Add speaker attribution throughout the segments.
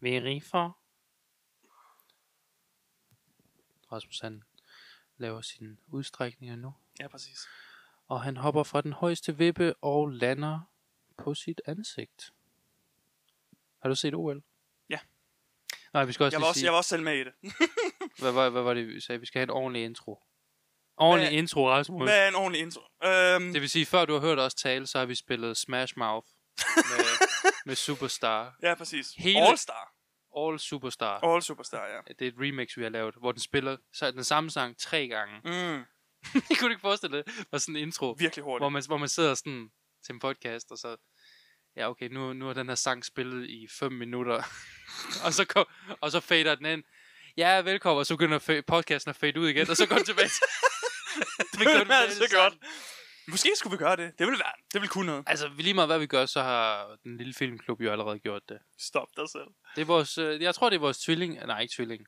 Speaker 1: Verifer. Rasmus han laver sine udstrækninger nu.
Speaker 2: Ja, præcis.
Speaker 1: Og han hopper fra den højeste vippe og lander på sit ansigt. Har du set OL?
Speaker 2: Ja.
Speaker 1: Nej, vi skal også
Speaker 2: Jeg
Speaker 1: lige
Speaker 2: var også,
Speaker 1: sige,
Speaker 2: jeg var også selv med i det.
Speaker 1: Hvad, var, hvad var det, vi sagde? Vi skal have en ordentlig intro. Ordentlig
Speaker 2: Hvad-
Speaker 1: intro, Rasmus.
Speaker 2: Hvad er en ordentlig intro? Øhm,
Speaker 1: Det vil sige, før du har hørt os tale, så har vi spillet Smash Mouth med, med Superstar.
Speaker 2: ja, præcis.
Speaker 1: Hele-
Speaker 2: All Star.
Speaker 1: All Superstar.
Speaker 2: All Superstar, ja.
Speaker 1: Det er et remix, vi har lavet, hvor den spiller så- den samme sang tre gange.
Speaker 2: Mm,
Speaker 1: det kunne du ikke forestille dig, var sådan en intro,
Speaker 2: virkelig hurtigt.
Speaker 1: hvor man, hvor man sidder sådan til en podcast, og så, ja okay, nu, nu er den her sang spillet i 5 minutter, og, så kom, og så fader den ind. Ja, velkommen, og så begynder fa- podcasten at fade ud igen, og så går den tilbage. til- Vi gør
Speaker 2: det
Speaker 1: med
Speaker 2: er
Speaker 1: det
Speaker 2: altså
Speaker 1: samme.
Speaker 2: godt. Måske skulle vi gøre det. Det ville være, det ville kunne noget.
Speaker 1: Altså, lige meget hvad vi gør, så har den lille filmklub jo allerede gjort det.
Speaker 2: Stop dig selv.
Speaker 1: Det er vores, øh, jeg tror, det er vores tvilling. Nej, ikke tvilling.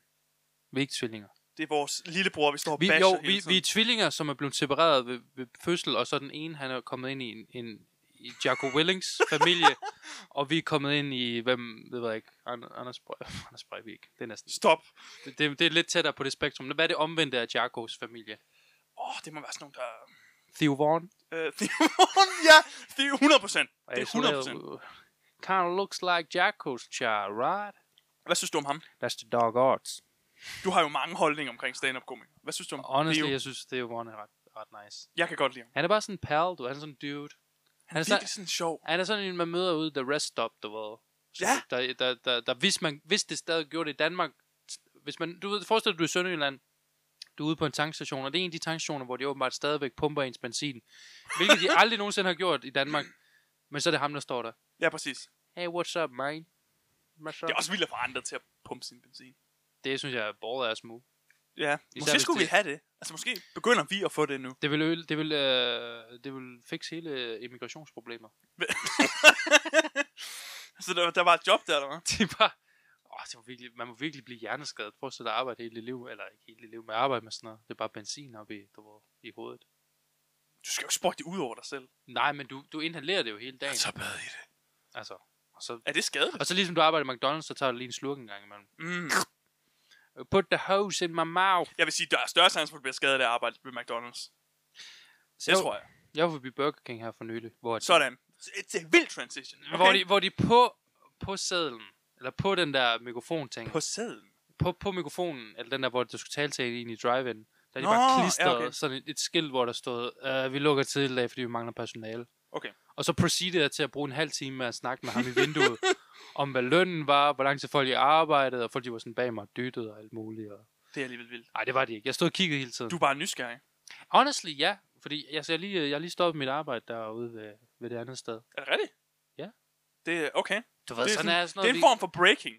Speaker 1: Vi er ikke tvillinger.
Speaker 2: Det er vores lillebror, vi står og
Speaker 1: Vi,
Speaker 2: basher
Speaker 1: jo,
Speaker 2: hele
Speaker 1: vi,
Speaker 2: tiden.
Speaker 1: vi er tvillinger, som er blevet separeret ved, ved fødsel, og så den ene, han er kommet ind i en, en i Jaco Willings familie, og vi er kommet ind i, hvem ved jeg ikke, An- Anders, Bre- Anders Breivik. Det er næsten,
Speaker 2: Stop.
Speaker 1: det, det, det er lidt tættere på det spektrum. Hvad er det omvendte af Jacos familie?
Speaker 2: Åh, oh, det må være sådan nogle, der...
Speaker 1: Theo Vaughn?
Speaker 2: Øh, Theon, ja, det er 100 procent.
Speaker 1: Og
Speaker 2: Det
Speaker 1: jeg
Speaker 2: er
Speaker 1: så
Speaker 2: 100 procent.
Speaker 1: lavede, Kind of looks like Jacos child, right?
Speaker 2: Hvad synes du om ham?
Speaker 1: That's the dog odds.
Speaker 2: Du har jo mange holdninger omkring stand-up komik. Hvad synes du om
Speaker 1: Honestly,
Speaker 2: Theo?
Speaker 1: jeg synes, Theo Vaughn er ret, ret nice.
Speaker 2: Jeg kan godt lide ham.
Speaker 1: Han er bare sådan en pal, du. Han er sådan en dude. Han er,
Speaker 2: Han er
Speaker 1: sådan,
Speaker 2: virkelig sådan sjov.
Speaker 1: han er sådan en, man møder ude i The Rest Stop, du ved. Så
Speaker 2: Ja.
Speaker 1: Der, der, der, der, hvis, man, hvis det stadig gjorde det i Danmark... Hvis man, du ved, forestil dig, du er i Sønderjylland. Du er ude på en tankstation, og det er en af de tankstationer, hvor de åbenbart stadigvæk pumper ens benzin. Hvilket de aldrig nogensinde har gjort i Danmark. Men så er det ham, der står der.
Speaker 2: Ja, præcis.
Speaker 1: Hey, what's up, man? What's up?
Speaker 2: Det er også vildt at få andre til at pumpe sin benzin.
Speaker 1: det synes jeg er baller-ass move.
Speaker 2: Ja, måske
Speaker 1: hvis
Speaker 2: skulle vi
Speaker 1: det-
Speaker 2: have det. Altså, måske begynder vi at få det nu.
Speaker 1: Det vil, øl- det vil, øh, det vil fikse hele immigrationsproblemer.
Speaker 2: Så Altså, der, der var et job der, eller hvad?
Speaker 1: det var, åh, det var virkelig, man må virkelig blive hjerneskadet. Prøv at sidde og arbejde hele dit liv, eller ikke hele dit liv, men arbejde med sådan noget. Det er bare benzin op i, du ved, i hovedet.
Speaker 2: Du skal jo ikke sprøjte det ud over dig selv.
Speaker 1: Nej, men du, du inhalerer det jo hele dagen.
Speaker 2: så bad i det.
Speaker 1: Altså, og, så,
Speaker 2: Er det skadeligt?
Speaker 1: og så ligesom du arbejder i McDonald's, så tager du lige en slurk en gang imellem. Øh,
Speaker 2: Mm.
Speaker 1: Put the hose in my mouth.
Speaker 2: Jeg vil sige, der er større sans for, at du bliver skadet af at arbejde ved McDonald's. Det tror jeg.
Speaker 1: Jeg var forbi Burger King her for nylig, hvor, de,
Speaker 2: Sådan. øh, Det er en vild transition. Okay.
Speaker 1: hvor, de, hvor de på, på sædlen, eller på den der mikrofon-ting,
Speaker 2: På
Speaker 1: på,
Speaker 2: sæden.
Speaker 1: på, på mikrofonen, eller den der, hvor du skulle tale til en i drive-in, der er de
Speaker 2: Nå, ja,
Speaker 1: bare klistret
Speaker 2: okay.
Speaker 1: okay. sådan et, et skilt, hvor der stod, uh, vi lukker tidligt i dag, fordi vi mangler personale.
Speaker 2: Okay.
Speaker 1: Og så proceedede jeg til at bruge en halv time med at snakke med ham i vinduet, om hvad lønnen var, hvor lang tid folk i arbejdede, og folk de var sådan bag mig og dyttede og alt muligt. Og...
Speaker 2: Det er alligevel vildt.
Speaker 1: Ej, det var det ikke. Jeg stod og kiggede hele tiden.
Speaker 2: Du
Speaker 1: Du...
Speaker 2: er bare nysgerrig.
Speaker 1: Honestly, ja. Fordi altså, jeg, lige, jeg har lige stoppet mit arbejde derude ved, ved det andet sted.
Speaker 2: Er det rigtigt?
Speaker 1: Ja.
Speaker 2: Det er okay.
Speaker 1: Du ved,
Speaker 2: det, er
Speaker 1: sådan, er sådan
Speaker 2: det
Speaker 1: noget.
Speaker 2: er en form for breaking.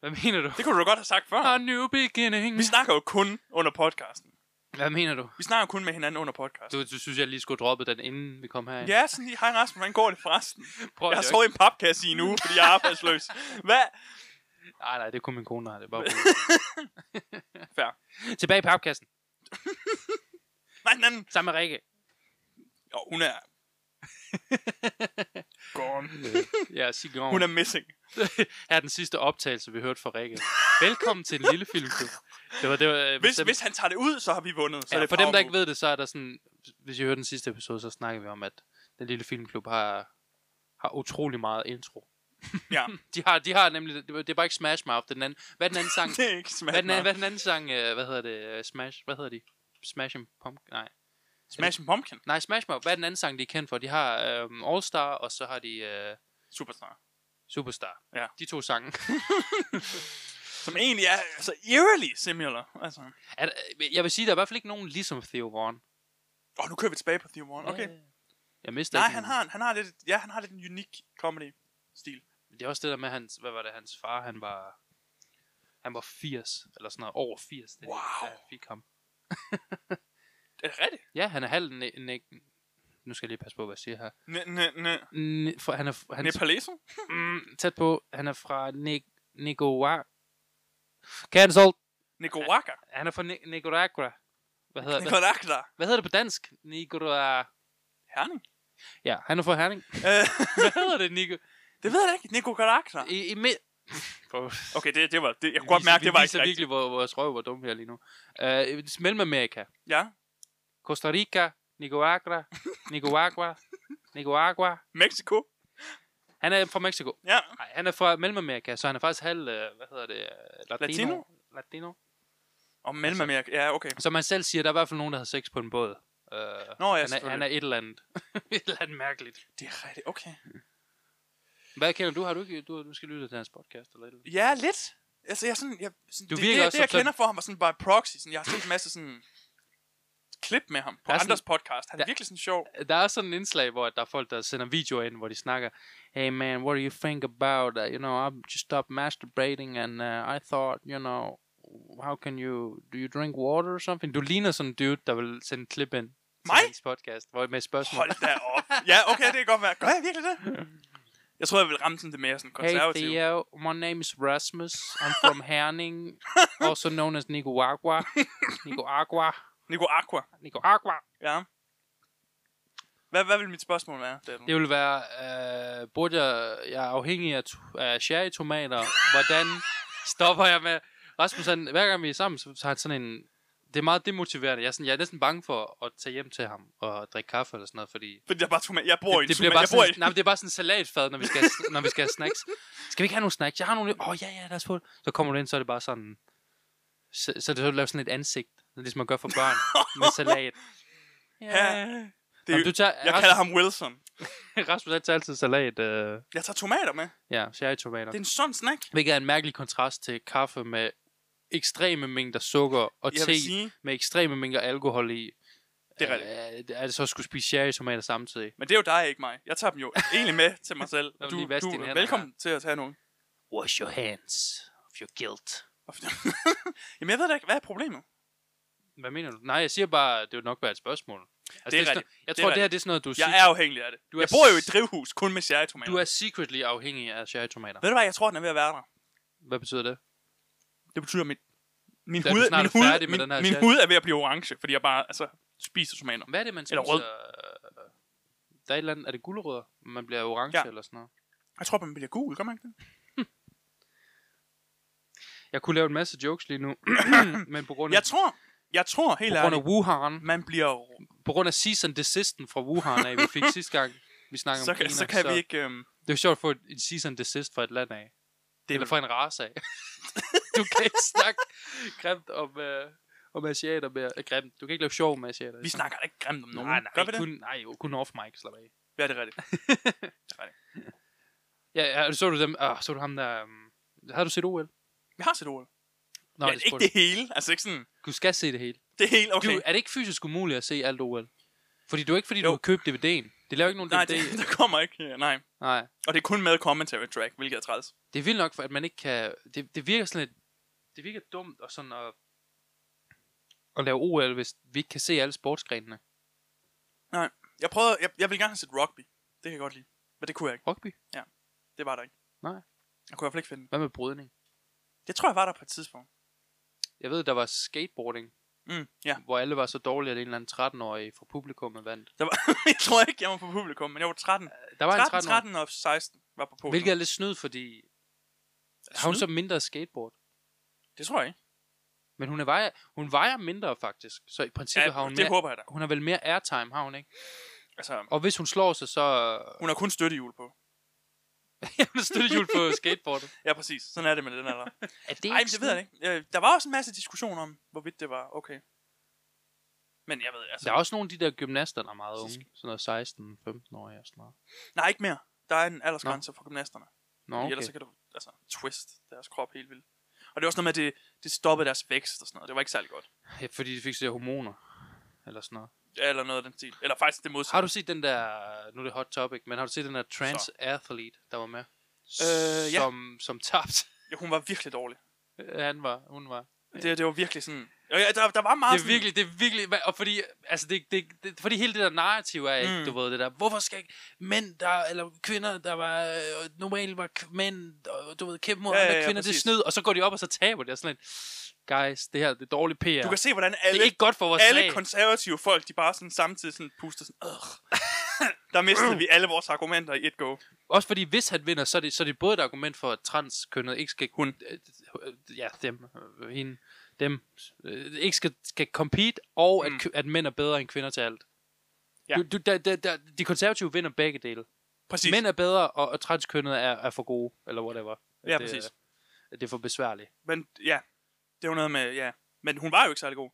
Speaker 1: Hvad mener du?
Speaker 2: Det kunne du godt have sagt før.
Speaker 1: A new beginning.
Speaker 2: Vi snakker jo kun under podcasten.
Speaker 1: Hvad mener du?
Speaker 2: Vi snakker kun med hinanden under podcasten.
Speaker 1: Du, du synes, jeg lige skulle droppe den, inden vi kom herind?
Speaker 2: Ja, sådan lige, hej Rasmus, hvordan går det forresten?
Speaker 1: Prøv,
Speaker 2: Jeg har
Speaker 1: det er
Speaker 2: sovet i en papkasse i en uge, fordi jeg er arbejdsløs. Hvad?
Speaker 1: ikke- Nej, nej, det kunne min kone, nej. Det er bare
Speaker 2: Fair.
Speaker 1: Tilbage i papkassen.
Speaker 2: Nej, den anden.
Speaker 1: Sammen med Rikke.
Speaker 2: Jo, hun er... Gone.
Speaker 1: Øh, Ja, Sigon.
Speaker 2: Hun er missing.
Speaker 1: her er den sidste optagelse, vi hørte fra Rikke. Velkommen til en lille filmklub. Det var, det var, øh,
Speaker 2: Hvis,
Speaker 1: dem,
Speaker 2: hvis han tager det ud, så har vi vundet. Så
Speaker 1: ja,
Speaker 2: er det
Speaker 1: for dem, der
Speaker 2: power
Speaker 1: ikke ved det, så er der sådan... Hvis I hørte den sidste episode, så snakkede vi om, at den lille filmklub har, har utrolig meget intro.
Speaker 2: move. Ja,
Speaker 1: De har, de har nemlig... Det var- det var ikke Smash Mouth, det er den anden... Hvad er den anden sang?
Speaker 2: det er ikke
Speaker 1: hvad, er
Speaker 2: smash
Speaker 1: den, anden-
Speaker 2: mouth.
Speaker 1: hvad er den anden sang? øh, Hvad hedder det? øh, Smash... Hvad hedder de? Smash and Pumpkin? Nej.
Speaker 2: Smash Pumpkin.
Speaker 1: Nej, Smash Mouth. Hvad er den anden sang, de er kendt for? De har øhm, All Star, og så har de øh,
Speaker 2: Superstar.
Speaker 1: Superstar.
Speaker 2: Ja.
Speaker 1: De to sange.
Speaker 2: Som egentlig er altså, eerily similar. Altså.
Speaker 1: Er, der- øh, jeg vil sige, der er i hvert fald ikke nogen ligesom Theo Vaughn.
Speaker 2: Åh, oh, nu kører vi tilbage på Theo Warren. Okay.
Speaker 1: Ja, ja. Jeg mistede
Speaker 2: Nej,
Speaker 1: ikke
Speaker 2: han
Speaker 1: nogen.
Speaker 2: har, han har lidt, ja, han har lidt en unik comedy-stil.
Speaker 1: Det er også det der med hans, hvad var det, hans far, han var, han var 80, eller sådan noget, over 80, det, er det,
Speaker 2: Wow.
Speaker 1: da han fik ham.
Speaker 2: Er det rigtigt?
Speaker 1: Ja, han er halv, ne, ne, nu skal jeg lige passe på, hvad jeg siger her.
Speaker 2: Ne, ne, ne,
Speaker 1: Ne, for, han er, f- han, er
Speaker 2: Nepaleso?
Speaker 1: mm, tæt på, han er fra Ni, Nicaragua. Cancel!
Speaker 2: Nicaragua?
Speaker 1: Han er fra Ni, Nicaragua. Hvad hedder, hvad,
Speaker 2: Nicaragua?
Speaker 1: hvad hedder det på dansk? Nicaragua.
Speaker 2: Herning?
Speaker 1: Ja, han er fra Herning.
Speaker 2: Øh,
Speaker 1: Hvad hedder det, Nico?
Speaker 2: det ved jeg da ikke. Nicaragua?
Speaker 1: I, i, mi- På,
Speaker 2: Okay, det, det var... Det, jeg kunne godt mærke, det var ikke
Speaker 1: rigtigt.
Speaker 2: rigtigt.
Speaker 1: virkelig, hvor vores røv var dum her lige nu. Uh, Mellemamerika.
Speaker 2: Ja.
Speaker 1: Costa Rica. Nicaragua. Nicaragua. Nicaragua.
Speaker 2: Mexico.
Speaker 1: Han er fra Mexico.
Speaker 2: Ja.
Speaker 1: Nej, han er fra Mellemamerika, så han er faktisk halv, øh, hvad hedder det, øh, latino.
Speaker 2: Latino?
Speaker 1: Latino? Latino.
Speaker 2: Og Mellemamerika.
Speaker 1: Altså-
Speaker 2: Ja, okay.
Speaker 1: Som han selv siger, der er i hvert fald nogen, der havde sex på en båd. Uh,
Speaker 2: Nå, ja,
Speaker 1: han, er,
Speaker 2: selvfølgelig.
Speaker 1: han er et eller andet. et eller andet mærkeligt.
Speaker 2: Det er rigtigt. Okay.
Speaker 1: Hvad kender du? Har du ikke, du, du skal lytte til hans podcast eller et eller andet?
Speaker 2: Ja, lidt. Altså, jeg er sådan... Jeg, sådan
Speaker 1: Du
Speaker 2: det,
Speaker 1: virker
Speaker 2: det,
Speaker 1: også
Speaker 2: det, jeg
Speaker 1: som sådan-
Speaker 2: kender for ham var sådan bare proxy. Sådan, jeg har set en masse sådan klip med ham på
Speaker 1: Der er
Speaker 2: andres podcast. Han er
Speaker 1: der-
Speaker 2: virkelig sådan sjov.
Speaker 1: Der er sådan en indslag, hvor der er folk, der sender videoer ind, hvor de snakker, Hey man, what do you think about, uh, you know, I just stopped masturbating, and uh, I thought, you know, how can you, do you drink water or something? Du ligner sådan en dude, der vil sende et klip ind til
Speaker 2: Mig?
Speaker 1: hans podcast, hvor med spørgsmål.
Speaker 2: Hold da op. Ja, okay, det kan godt være. Gør jeg virkelig det? Jeg tror, jeg ville ramme sådan det mere sådan
Speaker 1: Hey
Speaker 2: konservativ.
Speaker 1: Theo, my name is Rasmus. I'm from Herning, also known as Nicaragua. Nicaragua.
Speaker 2: Nico Aqua.
Speaker 1: Nicaragua.
Speaker 2: Ja. Hvad, hvad vil mit spørgsmål være? Det
Speaker 1: Det vil være, øh, burde jeg, jeg er afhængig af, to- af cherrytomater. Hvordan stopper jeg med... Rasmus, han, hver gang vi er sammen, så, så har han sådan en... Det er meget demotiverende. Jeg er, sådan, jeg er næsten bange for at tage hjem til ham og drikke kaffe eller sådan noget, fordi...
Speaker 2: Fordi jeg bare tog med. Jeg bor i en
Speaker 1: det
Speaker 2: tog
Speaker 1: bliver
Speaker 2: med.
Speaker 1: bare
Speaker 2: Jeg bor
Speaker 1: sådan,
Speaker 2: i...
Speaker 1: nej, men det er bare sådan en salatfad, når vi skal, have- når vi skal have snacks. Skal vi ikke have nogle snacks? Jeg har nogle... Åh, oh, ja, ja, lad os få det. Så kommer du ind, så er det bare sådan... Så, så er det så lavet sådan et ansigt, ligesom man gør for børn med salat.
Speaker 2: Ja. Det,
Speaker 1: Jamen, du tager,
Speaker 2: jeg kalder ham Wilson.
Speaker 1: ham... Rasmus han tager altid salat, øh,
Speaker 2: Jeg tager tomater med.
Speaker 1: ja, cherrytomater.
Speaker 2: Det er en sund snack.
Speaker 1: Hvilket er en mærkelig kontrast til kaffe med ekstreme mængder sukker og
Speaker 2: Jeg
Speaker 1: te
Speaker 2: vil sige...
Speaker 1: med ekstreme mængder alkohol i.
Speaker 2: Det er
Speaker 1: rigtigt. Er det så at skulle spise cherrytomater samtidig?
Speaker 2: Men det er jo dig, ikke mig. Jeg tager dem jo egentlig med til mig selv.
Speaker 1: vil
Speaker 2: Du,
Speaker 1: lige vaske
Speaker 2: du
Speaker 1: dine
Speaker 2: er
Speaker 1: hænder
Speaker 2: velkommen til at tage nogen.
Speaker 1: Wash your hands of your guilt.
Speaker 2: Jamen, jeg ved da ikke, hvad er problemet?
Speaker 1: Hvad mener du? Nej, jeg siger bare, at det vil nok være et spørgsmål. Altså,
Speaker 2: Det er
Speaker 1: sådan-
Speaker 2: rigtigt.
Speaker 1: Jeg
Speaker 2: Det er
Speaker 1: tror, det, her
Speaker 2: rigtigt.
Speaker 1: det er sådan noget, du, er
Speaker 2: Jeg
Speaker 1: sec-
Speaker 2: er afhængig af det.
Speaker 1: Du
Speaker 2: Du
Speaker 1: er
Speaker 2: jeg bor jo i et
Speaker 1: s-
Speaker 2: drivhus, kun med cherrytomater.
Speaker 1: du er secretly afhængig af cherrytomater.
Speaker 2: Ved du hvad, jeg tror, den er ved at være der.
Speaker 1: Hvad betyder det?
Speaker 2: Det betyder, at min, min,
Speaker 1: Da er du
Speaker 2: hud,
Speaker 1: snart
Speaker 2: min, hud,
Speaker 1: færdig med
Speaker 2: min,
Speaker 1: den her
Speaker 2: min
Speaker 1: chat.
Speaker 2: hud er ved at blive orange, fordi jeg bare altså, spiser tomater.
Speaker 1: Hvad er det, man spiser?
Speaker 2: Eller rød.
Speaker 1: øh, Der er et eller andet, er det gulerødder? Man bliver orange
Speaker 2: Ja.
Speaker 1: eller sådan noget.
Speaker 2: Jeg tror, man bliver gul, gør man ikke det?
Speaker 1: Jeg kunne lave en masse jokes lige nu, men på grund af,
Speaker 2: Jeg tror, jeg tror helt
Speaker 1: på grund af
Speaker 2: ærligt,
Speaker 1: Wuhan,
Speaker 2: man bliver...
Speaker 1: på grund af season desisten fra Wuhan af, vi fik sidste gang, vi snakkede
Speaker 2: Så
Speaker 1: om
Speaker 2: kan,
Speaker 1: Kina,
Speaker 2: så kan vi ikke... Øhm,
Speaker 1: Det er jo sjovt at få et- en season desist fra et land af.
Speaker 2: det er
Speaker 1: Eller fra en race af. du kan ikke snakke grimt om, øh, om asiater mere. Øh, grimt. Du kan ikke lave sjov med asiater.
Speaker 2: vi snakker da ikke grimt om nogen.
Speaker 1: Nej, nej,
Speaker 2: gør vi det?
Speaker 1: kun, nej, jo, kun off mic, slap af.
Speaker 2: Ja, det er rigtigt.
Speaker 1: Ja, ja, så du dem, øh, så du ham der, um, har du set OL?
Speaker 2: Vi har set ordet.
Speaker 1: Nå,
Speaker 2: ja,
Speaker 1: det
Speaker 2: ikke
Speaker 1: spurgte
Speaker 2: det hele. Altså ikke sådan...
Speaker 1: du. Du skal se det hele.
Speaker 2: Det hele, okay.
Speaker 1: Du, er det ikke fysisk umuligt at se alt OL? Fordi du er ikke, fordi jo.
Speaker 2: Jo.
Speaker 1: du har købt DVD'en. Det laver ikke nogen
Speaker 2: nej,
Speaker 1: DVD.
Speaker 2: det, der kommer ikke. Ja, nej.
Speaker 1: Nej.
Speaker 2: Og det er kun med commentary track, hvilket er træls.
Speaker 1: det er vildt nok, for at man ikke kan... Det, det virker sådan lidt... Det virker dumt og sådan at, at lave OL, hvis vi ikke kan se alle sportsgrenene.
Speaker 2: Jeg prøvede... Jeg, jeg ville gerne have set rugby. Det kan jeg godt lide. Men det kunne jeg ikke.
Speaker 1: Rugby?
Speaker 2: Det var der ikke.
Speaker 1: Nej.
Speaker 2: Jeg kunne i hvert fald ikke finde den.
Speaker 1: Hvad med brydning?
Speaker 2: Det tror jeg var der på et tidspunkt.
Speaker 1: Jeg ved, der var skateboarding,
Speaker 2: Mm, ja.
Speaker 1: hvor alle var så dårlige, at en eller anden 13-årig fra publikummet vandt.
Speaker 2: Der var, jeg tror ikke, jeg var på publikum, men jeg var 13.
Speaker 1: Der var
Speaker 2: 13,
Speaker 1: en 13-årig,
Speaker 2: 13 og 16 var på publikum.
Speaker 1: hvilket er lidt snyd, fordi har hun så mindre skateboard.
Speaker 2: Det tror jeg ikke.
Speaker 1: Men hun, er vejer, hun vejer mindre, faktisk. Så i princippet
Speaker 2: Ja,
Speaker 1: har hun
Speaker 2: det
Speaker 1: mere...
Speaker 2: håber jeg da.
Speaker 1: Hun har vel mere airtime, har hun ikke?
Speaker 2: Altså,
Speaker 1: Og hvis hun slår sig, så...
Speaker 2: hun har kun støttehjul på.
Speaker 1: Jamen, støttehjul på skateboardet.
Speaker 2: Ja, præcis. Sådan er det med den alder.
Speaker 1: Er det
Speaker 2: Nej, men det ved jeg ikke. Øh, Der var også en masse diskussion om, hvorvidt det var okay. Men jeg ved, altså...
Speaker 1: Der er også nogle af de der gymnaster, der er meget unge.
Speaker 2: Så
Speaker 1: Sådan noget 16, 15 år og sådan noget.
Speaker 2: Nej, ikke mere. Der er en aldersgrænse for gymnasterne.
Speaker 1: Nå,
Speaker 2: Okay.
Speaker 1: okay.
Speaker 2: Ellers så kan du altså, twist deres krop helt vildt. Og det er også noget med, at det, det stoppede deres vækst og sådan noget. Det var ikke særlig godt.
Speaker 1: ja, fordi de fik så hormoner. Eller sådan noget.
Speaker 2: Eller noget af den stil. Eller faktisk det modsatte.
Speaker 1: Har du set den der, nu er det hot topic, men har du set den der trans
Speaker 2: Så.
Speaker 1: athlete, der var med?
Speaker 2: Øh, ja.
Speaker 1: som, som tabte.
Speaker 2: Ja, hun var virkelig dårlig.
Speaker 1: Han var, hun var.
Speaker 2: Det, det var virkelig sådan... Ja, ja, der, der var meget
Speaker 1: Det er
Speaker 2: sådan-
Speaker 1: virkelig, det er virkelig, hva- og fordi, altså det, det, det fordi hele det der narrativ er ikke,
Speaker 2: Mm.
Speaker 1: mm. du ved det der, hvorfor skal ikke mænd, der, eller kvinder, der var, øh, normalt var k- mænd, og, du ved, kæmpe mod
Speaker 2: Ja,
Speaker 1: ja,
Speaker 2: ja,
Speaker 1: andre
Speaker 2: ja,
Speaker 1: kvinder, det er
Speaker 2: præcis.
Speaker 1: snyd, og så går de op, og så taber de, og sådan lidt, guys, det her, det er dårlig PR.
Speaker 2: Du kan se, hvordan alle,
Speaker 1: det er ikke godt for vores
Speaker 2: alle
Speaker 1: sag.
Speaker 2: konservative folk, de bare sådan samtidig sådan puster sådan... Ugh. Der mistede vi alle vores argumenter i et go.
Speaker 1: Også fordi, hvis han vinder, så er det, så er det både et argument for, at transkønnet ikke skal...
Speaker 2: Hun.
Speaker 1: Øh, øh, Ja, dem. øh, Hende. Dem. øh, Ikke skal, skal compete, og at,
Speaker 2: Mm.
Speaker 1: kø- at mænd er bedre end kvinder til alt.
Speaker 2: Ja.
Speaker 1: Ja. Du, du, der, der, der, de konservative vinder begge dele.
Speaker 2: Præcis. Men,
Speaker 1: Mænd er bedre, og, og transkønnet er, er for gode, eller whatever.
Speaker 2: ja,
Speaker 1: det,
Speaker 2: præcis.
Speaker 1: At det er for besværligt.
Speaker 2: Men ja, det var noget med, ja. Men hun var jo ikke særlig god.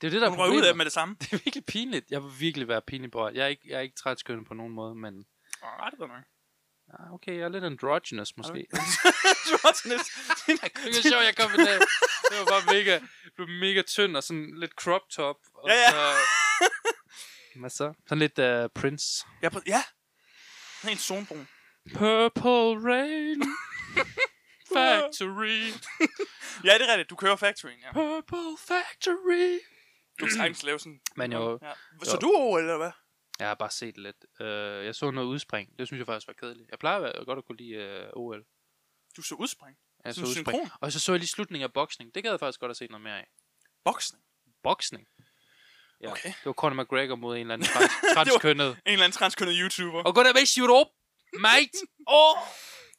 Speaker 1: Det er jo det, der
Speaker 2: Hun
Speaker 1: er
Speaker 2: røg ud af
Speaker 1: problemet.
Speaker 2: dem med det samme.
Speaker 1: Det er virkelig pinligt. Jeg vil virkelig være pinlig på Jeg er ikke, jeg er ikke transkønnet på nogen måde, men...
Speaker 2: Åh, det ved jeg nok.
Speaker 1: Ah, okay, jeg er lidt androgynous måske.
Speaker 2: Det var sådan lidt-
Speaker 1: Det var sjovt, jeg kom i dag. Det var bare mega, blev mega tynd og sådan lidt crop top. Og
Speaker 2: Ja, ja.
Speaker 1: Så, hvad så? Sådan lidt uh, Prince.
Speaker 2: Ja, præ- ja. Sådan en zonbrun.
Speaker 1: Purple Rain Factory.
Speaker 2: Ja, det er rigtigt. Du kører Factoryen, ja.
Speaker 1: Purple Factory.
Speaker 2: Du kan sagtens lave sådan...
Speaker 1: Men jo,
Speaker 2: Ja. Så du over, eller hvad?
Speaker 1: jeg har bare set lidt. Uh, jeg så noget udspring. Det synes jeg faktisk var kedeligt. Jeg plejer at være- godt at kunne lide uh, OL.
Speaker 2: Du så udspring.
Speaker 1: Jeg så
Speaker 2: Sådan
Speaker 1: udspring.
Speaker 2: synkron.
Speaker 1: Og så så jeg lige slutningen af boksning. Det gad jeg faktisk godt at se noget mere af.
Speaker 2: Boksning.
Speaker 1: Boksning? Ja.
Speaker 2: Okay.
Speaker 1: Det var Conor McGregor mod en eller anden trans- transkønnet.
Speaker 2: En eller anden transkønnet YouTuber.
Speaker 1: Og gå der med shoot op, mate. Åh! Oh,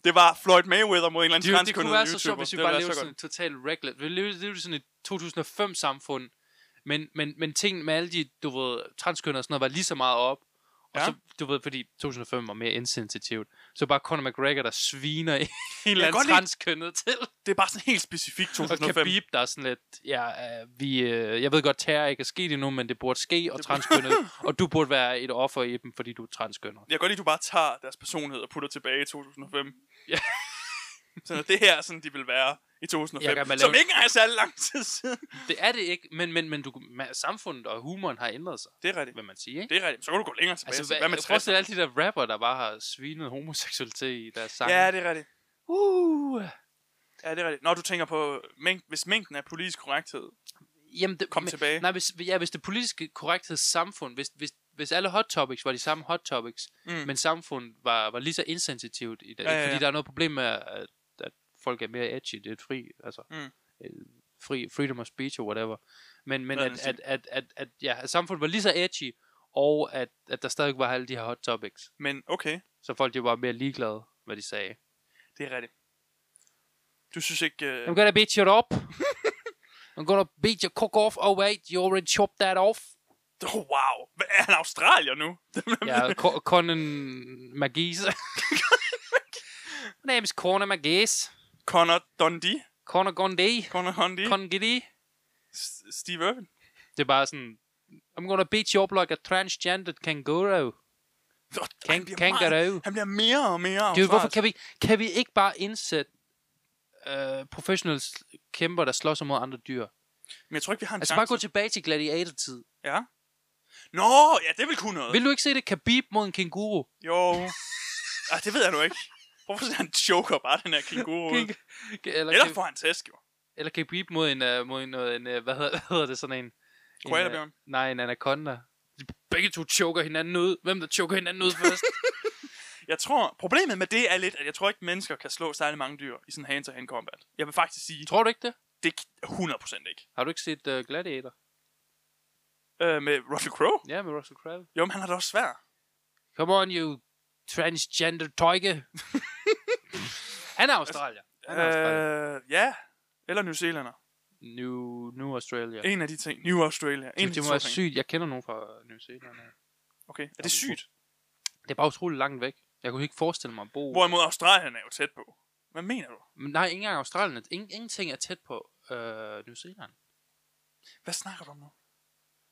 Speaker 2: Det var Floyd Mayweather mod en eller anden
Speaker 1: det, det
Speaker 2: transkønnet
Speaker 1: kunne
Speaker 2: YouTuber.
Speaker 1: være så sjovt, hvis vi
Speaker 2: ville
Speaker 1: bare
Speaker 2: være
Speaker 1: levede
Speaker 2: så
Speaker 1: sådan
Speaker 2: godt.
Speaker 1: et totalt reckless. Vi levede, levede sådan et 2005-samfund, men, men, men ting med alle de, du ved, transkønner og sådan noget, var lige så meget op. Og
Speaker 2: Ja.
Speaker 1: ja. så, du ved, fordi 2005 var mere insensitivt. Så bare Conor McGregor, der sviner en eller
Speaker 2: godt
Speaker 1: anden
Speaker 2: lide-
Speaker 1: transkønnet til.
Speaker 2: Det er bare sådan helt specifikt
Speaker 1: Og
Speaker 2: 2005.
Speaker 1: Khabib, der er sådan lidt, ja, øh, vi, øh, jeg ved godt, terror ikke er sket endnu, men det burde ske, og
Speaker 2: Det-
Speaker 1: transkønnet, og du burde være et offer i dem, fordi du er transkønnet.
Speaker 2: Jeg kan godt lide, at du bare tager deres personlighed og putter tilbage i 2005.
Speaker 1: Ja.
Speaker 2: sådan at det her er sådan, de vil være i
Speaker 1: Jeg
Speaker 2: 2005.
Speaker 1: kan bare lave-
Speaker 2: Som ikke engang er særlig lang tid siden.
Speaker 1: Det er det ikke, men, men, men du, ma- samfundet og humoren har ændret sig,
Speaker 2: Det er rigtigt.
Speaker 1: vil man sige, ikke?
Speaker 2: Det er rigtigt. Så kan du gå længere tilbage.
Speaker 1: Altså,
Speaker 2: Altså,
Speaker 1: hvad,
Speaker 2: hvad med
Speaker 1: prøv at se
Speaker 2: 60'erne?
Speaker 1: alle de der rapper, der bare har svinet homoseksualitet i deres sange.
Speaker 2: Ja, det er rigtigt.
Speaker 1: Uh.
Speaker 2: Ja, det er rigtigt. Når du tænker på, mæng- hvis mængden af politisk korrekthed
Speaker 1: Jamen, det,
Speaker 2: kom
Speaker 1: men-
Speaker 2: tilbage.
Speaker 1: Nej, hvis, ja, hvis det politiske korrekthedssamfund, hvis, hvis, hvis alle hot topics var de samme hot topics,
Speaker 2: Mm.
Speaker 1: mm. men samfundet var, var lige så insensitivt i dag,
Speaker 2: Ja,
Speaker 1: ja,
Speaker 2: ja,
Speaker 1: ja,
Speaker 2: ja.
Speaker 1: fordi der er noget problem med, at, at folk er mere edgy, det er et fri, altså,
Speaker 2: Mm.
Speaker 1: mm. fri, freedom of speech or whatever, men, men
Speaker 2: Hvad er
Speaker 1: at,
Speaker 2: det,
Speaker 1: at, at, at, at, ja, at samfundet var lige så edgy, og at, at der stadig var alle de her hot topics,
Speaker 2: Men okay,
Speaker 1: så folk de var mere ligeglade, hvad de sagde.
Speaker 2: det er rigtigt. Du synes ikke... Øh...
Speaker 1: I'm gonna beat you up. I'm gonna beat your cock off. Oh wait, you already chopped that off.
Speaker 2: Oh, wow. Hvad, er han australier nu?
Speaker 1: Ja, Co- Conan Magis. My name is Conor Magis.
Speaker 2: Connor Dundee?
Speaker 1: Conor Gondé.
Speaker 2: Connor Dundee? Con-
Speaker 1: Con Giddy.
Speaker 2: Steve Irwin?
Speaker 1: Det er bare sådan... I'm gonna beat you up like a transgendered kangaroo.
Speaker 2: Oh,
Speaker 1: Kan- kangaroo.
Speaker 2: han bliver mere og mere
Speaker 1: Dude,
Speaker 2: australsk.
Speaker 1: hvorfor kan vi, kan vi ikke bare indsætte uh, professionals kæmper, der slås mod andre dyr?
Speaker 2: Men jeg tror ikke, vi har en
Speaker 1: Altså bare
Speaker 2: chance.
Speaker 1: gå tilbage til gladiator-tid.
Speaker 2: Ja. Nå, ja, det vil kunne noget.
Speaker 1: Vil du ikke se det? Khabib mod en kænguru.
Speaker 2: Jo. Ej, det ved jeg nu ikke. Hvorfor sådan han choker bare den her kænguru ud?
Speaker 1: Eller,
Speaker 2: Eller får han tæsk, jo.
Speaker 1: Eller kan I beep mod en, uh, mod en, uh, en uh, hvad, hedder, hvad hedder det, sådan en... en
Speaker 2: Koalabjørn?
Speaker 1: uh, nej, en anaconda. De begge to choker hinanden ud. Hvem der choker hinanden ud først?
Speaker 2: Jeg tror, problemet med det er lidt, at jeg tror ikke, mennesker kan slå særlig mange dyr i sådan hand-to-hand combat. Jeg vil faktisk sige,
Speaker 1: Tror du ikke det?
Speaker 2: det er 100% ikke.
Speaker 1: Har du ikke set uh, Gladiator?
Speaker 2: Øh, med Russell Crowe?
Speaker 1: Ja, med Russell Crowe.
Speaker 2: Jo, men han har da også svær.
Speaker 1: Come on, you transgender toike. Han er australier. Han er australier.
Speaker 2: Øh, ja. Eller New Zealander.
Speaker 1: New, New Australia.
Speaker 2: En af de ting. New Australia. En af
Speaker 1: Det,
Speaker 2: de
Speaker 1: det må
Speaker 2: to
Speaker 1: være
Speaker 2: ting.
Speaker 1: sygt. Jeg kender nogen fra øh, New Zealand.
Speaker 2: Okay, er det sygt?
Speaker 1: Det er bare utroligt langt væk. Jeg kunne ikke forestille mig at bo...
Speaker 2: Hvorimod Australien er jo tæt på. Hvad mener du?
Speaker 1: Men Nej, ikke engang Australien. Ingen, ingenting er tæt på uh, New Zealand.
Speaker 2: Hvad snakker du om nu?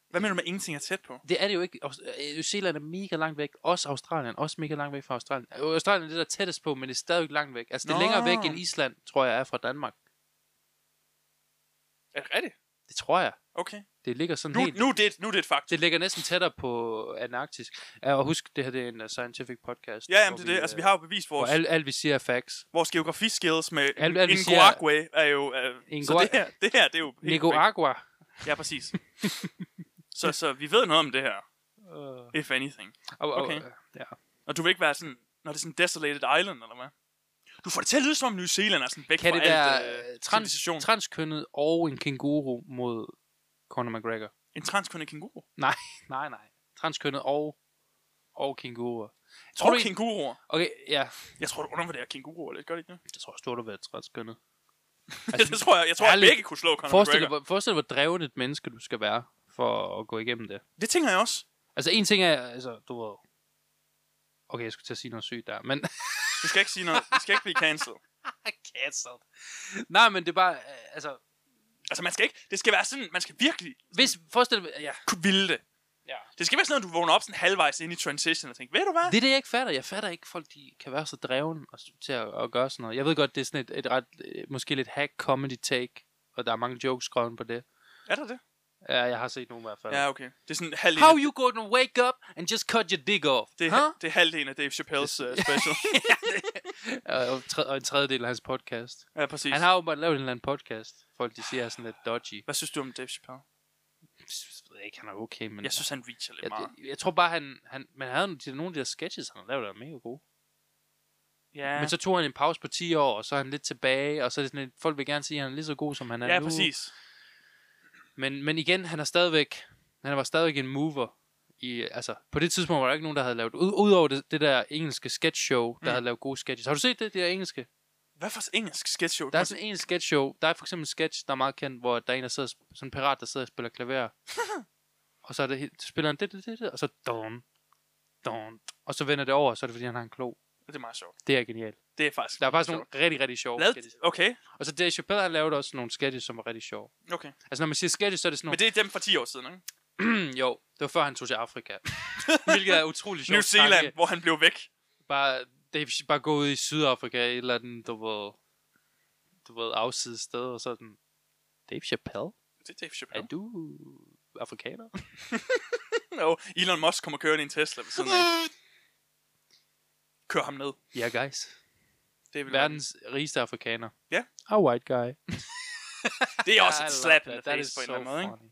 Speaker 2: Hvad mener du med ingenting er tæt på?
Speaker 1: Det er det jo ikke. Aus- øh, New Zealand er mega langt væk. Også Australien. Også mega langt væk fra Australien. Øh, Australien er det, der er tættest på, men det er stadig langt væk. Altså, det er
Speaker 2: Nå.
Speaker 1: længere væk end Island, tror jeg, er fra Danmark.
Speaker 2: Er det rigtigt?
Speaker 1: Det tror jeg.
Speaker 2: Okay.
Speaker 1: Det ligger sådan
Speaker 2: Nu,
Speaker 1: helt...
Speaker 2: nu, er det, et- nu er det et faktum.
Speaker 1: Det ligger næsten tættere på øh, Antarktis. Ja, og husk, det her det er en uh, scientific podcast.
Speaker 2: Ja, jamen
Speaker 1: hvor
Speaker 2: det er det. Altså, vi
Speaker 1: øh,
Speaker 2: har jo bevist
Speaker 1: Hvor
Speaker 2: vores,
Speaker 1: alt, alt, vi siger er facts.
Speaker 2: vores geografiskills med
Speaker 1: Alt, alt, vi siger-
Speaker 2: Nguagwe er jo... Uh, så
Speaker 1: Ngua-
Speaker 2: det her, det her, det er jo... helt
Speaker 1: Nico Agua.
Speaker 2: perfekt. Ja, præcis. så, så vi ved noget om det her,
Speaker 1: Uh,
Speaker 2: if anything. Okay.
Speaker 1: okay. Ja.
Speaker 2: Og du vil ikke være sådan, når det er sådan desolated island, eller hvad? Du får det til at lyde som om New Zealand er sådan væk
Speaker 1: Kan
Speaker 2: fra
Speaker 1: det være
Speaker 2: alt øh,
Speaker 1: øh, trans,
Speaker 2: civilisation.
Speaker 1: transkønnet og en kænguru mod Conor McGregor?
Speaker 2: en transkønnet kænguru?
Speaker 1: Nej, nej, nej. Transkønnet og og kænguruer. Tror
Speaker 2: Tror
Speaker 1: du
Speaker 2: og
Speaker 1: ikke-
Speaker 2: kænguruer.
Speaker 1: Okay, ja.
Speaker 2: Jeg tror, du undervurderer kænguruer lidt, gør det ikke det?
Speaker 1: Jeg tror stort at være ret skønnet.
Speaker 2: Altså, det tror jeg, jeg tror, at
Speaker 1: ærligt.
Speaker 2: begge kunne slå Conor
Speaker 1: Forestil dig,
Speaker 2: McGregor.
Speaker 1: hvor- forestil dig, hvor drevet et menneske du skal være for at gå igennem det.
Speaker 2: Det tænker jeg også.
Speaker 1: Altså, en ting er, altså, du ved... Okay, jeg skulle til at sige noget sygt der, men...
Speaker 2: Du skal ikke sige noget. Du skal ikke blive cancelled.
Speaker 1: Cancelled. Nej, men det er bare, øh, altså...
Speaker 2: Altså, man skal ikke... Det skal være sådan... Man skal virkelig
Speaker 1: Hvis, forestil dig, ja,
Speaker 2: kunne ville det.
Speaker 1: ja.
Speaker 2: Det skal være sådan, at du vågner op sådan halvvejs ind i transition og tænker, ved du hvad?
Speaker 1: Det er det, jeg ikke fatter. Jeg fatter ikke, folk de kan være så dreven og, s- til at, at, gøre sådan noget. Jeg ved godt, det er sådan et, et ret, øh, måske lidt hack comedy take, og der er mange jokes skrevet på det.
Speaker 2: Er der det?
Speaker 1: Ja, jeg har set nogle i hvert fald.
Speaker 2: Ja, okay. Det er sådan halvdelen,
Speaker 1: How you gonna wake up and just cut your dick off?
Speaker 2: det, er,
Speaker 1: huh?
Speaker 2: det er halvdelen af Dave Chappelle's uh, special.
Speaker 1: Og- og, tre, og en tredjedel af hans podcast.
Speaker 2: ja, præcis.
Speaker 1: Han har jo bare lavet en eller anden podcast. Folk de siger er sådan lidt dodgy.
Speaker 2: Hvad synes du om Dave Chappelle?
Speaker 1: Jeg ved ikke, han er okay, men...
Speaker 2: Jeg synes, han reacher lidt
Speaker 1: jeg,
Speaker 2: meget.
Speaker 1: jeg, jeg tror bare, han... han men han havde nogle- de- nogle af de der sketches, han har lavet, der er mega gode.
Speaker 2: Ja,
Speaker 1: Ja. Men så tog han en pause på 10 år, og så er han lidt tilbage, og så er det sådan, lidt, folk vil gerne sige, at han er lige så god, som han er
Speaker 2: ja
Speaker 1: nu.
Speaker 2: præcis.
Speaker 1: Men, men igen, han er stadigvæk, han var stadigvæk en mover. I, altså, på det tidspunkt var der ikke nogen, der havde lavet, ud, udover det, det der engelske sketch show, der
Speaker 2: Mm.
Speaker 1: mm. havde lavet gode sketches. Har du set det, det der engelske?
Speaker 2: Hvad for engelsk sketch show?
Speaker 1: Der er sådan en sketch show, der er for eksempel en sketch, der er meget kendt, hvor der er en, der sidder, og sp- sådan en pirat, der sidder og spiller klaver. og så er det, helt- så spiller han det, det, det, det, og så don, don, og så vender det over, og så er det, fordi han har en klo.
Speaker 2: Det er meget sjovt.
Speaker 1: Det er genialt.
Speaker 2: Det er faktisk...
Speaker 1: Der er faktisk nogle rigtig, rigtig sjove
Speaker 2: Lad...
Speaker 1: sketches.
Speaker 2: Okay,
Speaker 1: Og så Dave Chappelle, han lavede også nogle sketches, som var rigtig sjove.
Speaker 2: okay.
Speaker 1: Altså, når man siger sketches, så er det sådan
Speaker 2: Men
Speaker 1: nogle...
Speaker 2: det er dem for 10 år siden, ikke?
Speaker 1: jo, det var før han tog til Afrika. Hvilket er utrolig sjovt.
Speaker 2: New Zealand,
Speaker 1: tanke.
Speaker 2: hvor han blev væk.
Speaker 1: Bare, Dave, Ch- bare gå ud i Sydafrika, et eller andet, du ved, du ved, afsides sted, og sådan... Dave Chappelle?
Speaker 2: Det er Dave
Speaker 1: Er
Speaker 2: Chappelle.
Speaker 1: du afrikaner?
Speaker 2: Og Elon Musk kommer kørende i en Tesla ved siden af. Kør ham ned.
Speaker 1: Ja, yeah, guys.
Speaker 2: Det er, vel-
Speaker 1: Verdens rigeste afrikaner.
Speaker 2: Ja.
Speaker 1: A white guy.
Speaker 2: det er også
Speaker 1: I love
Speaker 2: et slap in
Speaker 1: that.
Speaker 2: the
Speaker 1: That
Speaker 2: face
Speaker 1: is
Speaker 2: på en
Speaker 1: so
Speaker 2: eller anden måde, ikke?
Speaker 1: funny.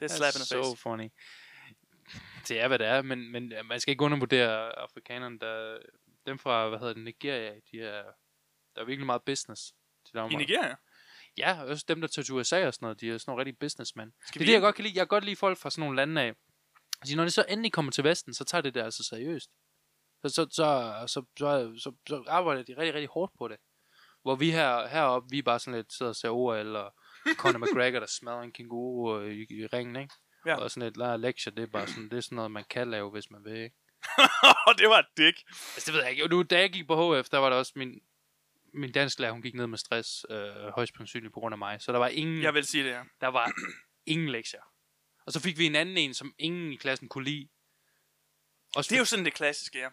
Speaker 2: Det er
Speaker 1: That's
Speaker 2: et slap in the
Speaker 1: so
Speaker 2: face.
Speaker 1: funny. Det er, hvad det er, men, men øh, man skal ikke undervurdere afrikanerne, der... Dem fra, hvad hedder det, Nigeria, de er... Der er virkelig meget business. De laver
Speaker 2: I
Speaker 1: meget-
Speaker 2: Nigeria?
Speaker 1: Ja, og også dem, der tager til USA og sådan noget, de er sådan nogle rigtige businessmen. Det
Speaker 2: Skal
Speaker 1: er det, jeg godt kan lide. Jeg kan godt lide folk fra sådan nogle lande af. Altså, når de så endelig kommer til Vesten, så tager det det altså seriøst. Så, så, så, så, så, så, så arbejder de rigtig, rigtig hårdt på det. Hvor vi her, heroppe, vi er bare sådan lidt sidder og ser OL, og Conor McGregor, der smadrer en kænguru øh, i, i ringen, ikke?
Speaker 2: Ja.
Speaker 1: Ja. Og sådan et lærer lektier, det er bare sådan, det er sådan noget, man kan lave, hvis man vil, ikke?
Speaker 2: det var et dick.
Speaker 1: Altså, det ved jeg ikke. Nu, da jeg gik på HF, der var der også min, min dansklærer, hun gik ned med stress, øh, højst sandsynligt på grund af mig. Så der var ingen...
Speaker 2: Jeg vil sige det, ja.
Speaker 1: Der var ingen lektier. Og så fik vi en anden en, som ingen i klassen kunne lide. Også
Speaker 2: Det er jo sådan det klassiske, ja.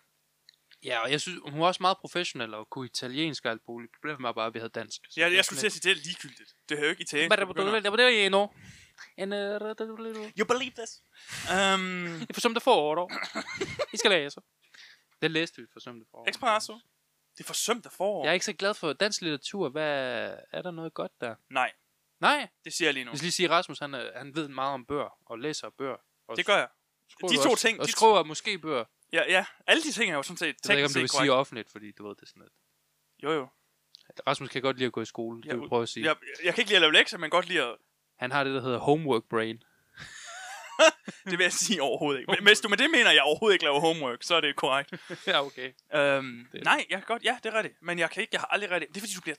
Speaker 1: Ja, og jeg synes, hun var også meget professionel og kunne italiensk og alt muligt. Problemet var bare, at vi havde dansk. Så
Speaker 2: Jeg,
Speaker 1: det
Speaker 2: jeg
Speaker 1: var
Speaker 2: skulle til
Speaker 1: sådan
Speaker 2: at sige, det er ligegyldigt. Det hører jo ikke italiensk. når du begynder.
Speaker 1: lidt-
Speaker 2: You believe this? Um,
Speaker 1: Jeg forsømte for otte år. I skal læse. Det læste vi forsømte for
Speaker 2: espresso. Det er forsømt af forår.
Speaker 1: Jeg er ikke så glad for dansk litteratur. Hvad er der noget godt der?
Speaker 2: Nej,
Speaker 1: Nej.
Speaker 2: det siger jeg lige nu.
Speaker 1: Jeg skal lige sige, at Rasmus han, øh, han ved meget om bøger og læser bøger. Og
Speaker 2: Det gør jeg.
Speaker 1: skriver
Speaker 2: de
Speaker 1: jo
Speaker 2: to
Speaker 1: også,
Speaker 2: ting,
Speaker 1: Og
Speaker 2: de to-
Speaker 1: skriver måske bøger.
Speaker 2: Ja, ja. Alle de ting er jo sådan set
Speaker 1: Det ved jeg ikke, om
Speaker 2: teknisk
Speaker 1: du vil
Speaker 2: set korrekt.
Speaker 1: sige offentligt, fordi du ved, det er sådan lidt.
Speaker 2: Jo, jo.
Speaker 1: Rasmus kan godt lide at gå i skole, det
Speaker 2: Ja,
Speaker 1: vil
Speaker 2: ud-
Speaker 1: jeg prøve at sige.
Speaker 2: Jeg, jeg kan ikke lide at lave lektier, men godt lide at...
Speaker 1: Han har det, der hedder homework brain.
Speaker 2: Det vil jeg sige overhovedet ikke. Men hvis du med det mener, at jeg overhovedet ikke laver homework, så er det korrekt.
Speaker 1: ja, okay.
Speaker 2: Øhm,
Speaker 1: Det-
Speaker 2: nej, jeg kan godt, ja, det er rigtigt. Men jeg kan ikke, jeg har aldrig rigtigt. Det er fordi, du bliver...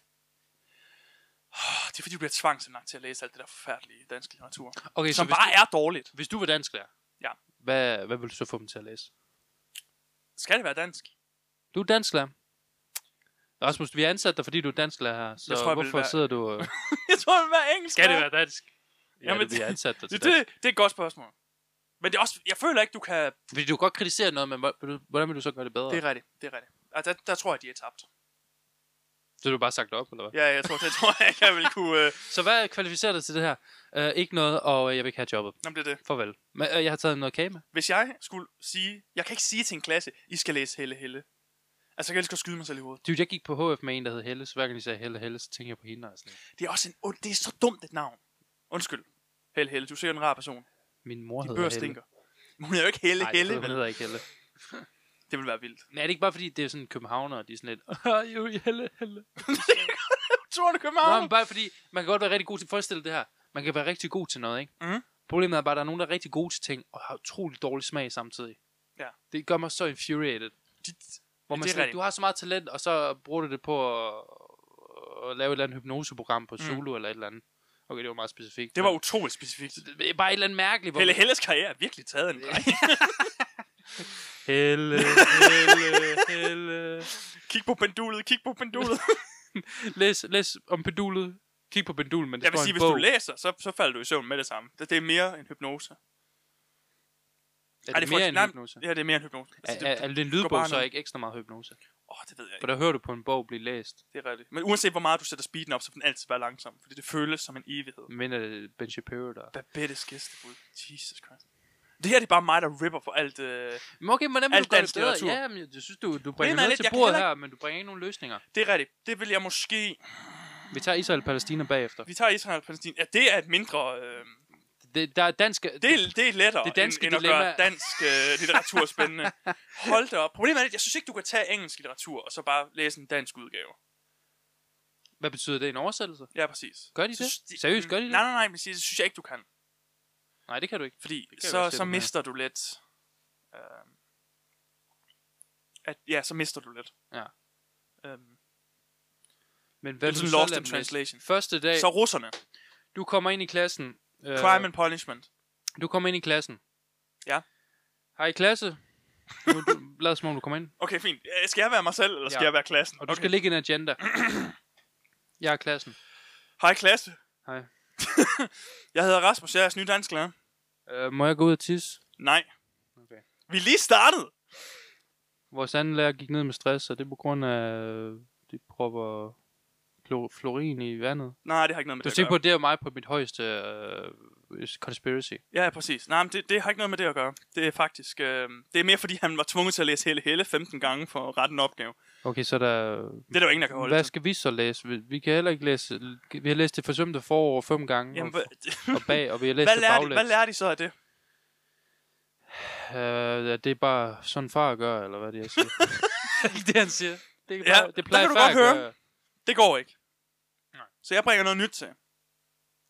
Speaker 2: Det er fordi, du bliver tvangsindlagt til at læse alt det der forfærdelige danske litteratur.
Speaker 1: Okay, så
Speaker 2: Som
Speaker 1: hvis,
Speaker 2: bare er dårligt.
Speaker 1: hvis du var dansklærer,
Speaker 2: Ja.
Speaker 1: hvad, hvad vil du så få dem til at læse?
Speaker 2: Skal det være dansk?
Speaker 1: Du er dansklærer. Rasmus, vi har ansat dig, fordi du er dansklærer her, så
Speaker 2: Jeg tror, jeg vil
Speaker 1: hvorfor
Speaker 2: være-
Speaker 1: sidder du... og-
Speaker 2: Jeg tror, det vil være engelsk. hva'?
Speaker 1: dansk? Ja,
Speaker 2: Jamen,
Speaker 1: Jamen, vi har ansat dig til
Speaker 2: Det,
Speaker 1: det,
Speaker 2: det, det er et godt spørgsmål. Men det er også, jeg føler ikke, du kan...
Speaker 1: Fordi du kan godt kritisere noget, men hvor- vil du- hvordan vil du så gøre det bedre?
Speaker 2: Det
Speaker 1: Det...
Speaker 2: er rigtigt, det er rigtigt. Og der, der tror jeg, de er tabt.
Speaker 1: Så har du bare sagt op, eller hvad?
Speaker 2: Ja, jeg tror, det tror jeg ikke, jeg vil kunne... Øh...
Speaker 1: Så hvad kvalificerer dig til det her? Uh, ikke noget, og øh, jeg vil ikke have jobbet.
Speaker 2: Jamen, det er det.
Speaker 1: Farvel. Men uh, jeg har taget noget kage med.
Speaker 2: Hvis jeg skulle sige... Jeg kan ikke sige til en klasse, I skal læse Helle Helle. Altså, jeg kan jeg lige så godt skyde mig selv i hovedet.
Speaker 1: Dude, jeg gik på HF med en, der hed Helle, så hver gang de sagde Helle, Helle, så tænkte jeg på hende. Og sådan. lidt.
Speaker 2: Det er også en... Oh, det er så dumt et navn. Undskyld. Helle Helle, du ser en rar person.
Speaker 1: Min mor
Speaker 2: De
Speaker 1: hedder
Speaker 2: bøger
Speaker 1: Helle.
Speaker 2: stinker. Men Hun er jo ikke Helle
Speaker 1: Nej,
Speaker 2: Helle.
Speaker 1: hun
Speaker 2: vel?
Speaker 1: hedder ikke Helle.
Speaker 2: Det vil være vildt.
Speaker 1: Men er det ikke bare fordi, det er sådan københavnere, de er sådan lidt, Åh, jo, Helle, Helle.
Speaker 2: Tror du
Speaker 1: Nå,
Speaker 2: København?
Speaker 1: men bare fordi, man kan godt være rigtig god til at forestille det her. Man kan være rigtig god til noget, ikke?
Speaker 2: Mhm.
Speaker 1: Problemet er bare, at der er nogen, der er rigtig gode til ting, og har utrolig dårlig smag samtidig.
Speaker 2: Ja.
Speaker 1: Det gør mig så infuriated.
Speaker 2: De,
Speaker 1: Hvor
Speaker 2: Ja,
Speaker 1: man
Speaker 2: det er
Speaker 1: siger,
Speaker 2: rigtigt.
Speaker 1: du har så meget talent, og så bruger du det på at, at lave et eller andet hypnoseprogram på
Speaker 2: Mm.
Speaker 1: Zulu mm. eller et eller andet. Okay, det var meget specifikt.
Speaker 2: det var
Speaker 1: men-
Speaker 2: utroligt specifikt.
Speaker 1: Det er bare et eller andet mærkeligt. Hvor...
Speaker 2: Helle Helles karriere er virkelig taget en drej.
Speaker 1: Helle, Helle, Helle.
Speaker 2: Kig på pendulet, kig på pendulet.
Speaker 1: Læs, læs om pendulet. Kig på pendulen, men det
Speaker 2: Jeg vil
Speaker 1: står i
Speaker 2: sige,
Speaker 1: en
Speaker 2: hvis
Speaker 1: bog.
Speaker 2: du læser, så, så falder du i søvn med det samme. Det, det er mere en hypnose.
Speaker 1: er
Speaker 2: Ej,
Speaker 1: det,
Speaker 2: får-
Speaker 1: mere end
Speaker 2: nej,
Speaker 1: hypnose?
Speaker 2: Ja, det er mere en hypnose.
Speaker 1: Er,
Speaker 2: Altså,
Speaker 1: er,
Speaker 2: det,
Speaker 1: er det en
Speaker 2: går bare
Speaker 1: lydbog så
Speaker 2: ned.
Speaker 1: ikke ekstra meget hypnose?
Speaker 2: åh, det ved jeg
Speaker 1: For
Speaker 2: ikke.
Speaker 1: der hører du på en bog blive læst.
Speaker 2: Det er rigtigt. Men uanset hvor meget du sætter speeden op, så vil den altid være langsom. Fordi det føles som en evighed.
Speaker 1: Men er det Ben Shapiro, der...
Speaker 2: Babettes gæstebud. Jesus Christ. Det her det er bare mig, der ripper for alt. Øh...
Speaker 1: Men okay, men hvordan vil
Speaker 2: Alt
Speaker 1: du gøre det
Speaker 2: dansk
Speaker 1: bedre?
Speaker 2: litteratur.
Speaker 1: Ja, men jeg synes, du, du bringer
Speaker 2: er
Speaker 1: noget
Speaker 2: lidt,
Speaker 1: til
Speaker 2: jeg kan
Speaker 1: bordet
Speaker 2: heller
Speaker 1: her, men du bringer ikke nogen løsninger.
Speaker 2: Det er rigtigt. Det vil jeg måske...
Speaker 1: Vi tager Israel og Palæstina bagefter.
Speaker 2: Vi tager Israel og Palæstina. Ja, det er et mindre... Øh...
Speaker 1: Det, der er dansk...
Speaker 2: Det, er, det er lettere,
Speaker 1: Det
Speaker 2: det
Speaker 1: danske
Speaker 2: danske end, end at
Speaker 1: dilemma.
Speaker 2: gøre dansk øh, litteratur spændende. Hold da op. Problemet er, at jeg synes ikke, du kan tage engelsk litteratur, og så bare læse en dansk udgave.
Speaker 1: Hvad betyder det? En oversættelse?
Speaker 2: Ja, præcis.
Speaker 1: Gør de
Speaker 2: Synes Mm,
Speaker 1: det? Seriøst, gør de det?
Speaker 2: Nej, nej, nej, men det synes jeg ikke, du kan.
Speaker 1: Nej, det kan du ikke.
Speaker 2: Fordi
Speaker 1: kan jeg
Speaker 2: så,
Speaker 1: godt se
Speaker 2: så
Speaker 1: det med.
Speaker 2: mister du lidt... Øh, at, ja, så mister du lidt.
Speaker 1: Ja.
Speaker 2: Øhm,
Speaker 1: Men hvad
Speaker 2: Det er
Speaker 1: vil du
Speaker 2: sådan
Speaker 1: så
Speaker 2: lost
Speaker 1: lade
Speaker 2: in
Speaker 1: dem læse?
Speaker 2: translation.
Speaker 1: Første dag,
Speaker 2: så russerne.
Speaker 1: du kommer ind i klassen. Øh,
Speaker 2: Crime and punishment.
Speaker 1: Du kommer ind i klassen.
Speaker 2: Ja.
Speaker 1: Hej klasse. Nu, du, lad os som om du kommer ind.
Speaker 2: Okay, fint. Øh, Skal jeg være mig selv, eller skal
Speaker 1: Ja.
Speaker 2: ja. jeg være klassen?
Speaker 1: Og du okay.
Speaker 2: okay.
Speaker 1: skal lægge en agenda. Jeg er klassen.
Speaker 2: Hej klasse.
Speaker 1: Hej.
Speaker 2: jeg hedder Rasmus, jeg er jeres nye dansklærer.
Speaker 1: Øh, må jeg gå ud og tisse?
Speaker 2: Nej.
Speaker 1: Okay.
Speaker 2: Vi er lige startet.
Speaker 1: Vores anden lærer gik ned med stress, og det er på grund af, øh, de propper klo- florin i vandet.
Speaker 2: Nej, det har ikke noget med
Speaker 1: Du
Speaker 2: det at
Speaker 1: ser
Speaker 2: gøre.
Speaker 1: på, det er mig på mit højeste øh, conspiracy.
Speaker 2: Ja, ja, præcis. Nej, men det, det har ikke noget med det at gøre. Det er faktisk... Øh, det er mere, fordi han var tvunget til at læse hele hele 15 gange for at rette en opgave.
Speaker 1: Okay, så er der...
Speaker 2: Det er der jo ingen, der kan holde
Speaker 1: Hvad
Speaker 2: til.
Speaker 1: skal vi så læse? Vi, vi kan heller ikke læse... Vi har læst det forsømte forår fem gange, Jamen,
Speaker 2: Jamen, hvad,
Speaker 1: og, og bag, og vi har læst
Speaker 2: hvad,
Speaker 1: det
Speaker 2: lærer de,
Speaker 1: baglæns.
Speaker 2: hvad lærer de så af det?
Speaker 1: Øh, ja, det er bare sådan far gør, eller hvad det er, jeg siger. ikke det, han siger. Det, er
Speaker 2: Ja,
Speaker 1: bare, ja, det
Speaker 2: det
Speaker 1: plejer
Speaker 2: kan du
Speaker 1: far
Speaker 2: godt
Speaker 1: at
Speaker 2: høre.
Speaker 1: gøre.
Speaker 2: Det går ikke.
Speaker 1: Nej.
Speaker 2: Så jeg bringer noget nyt til.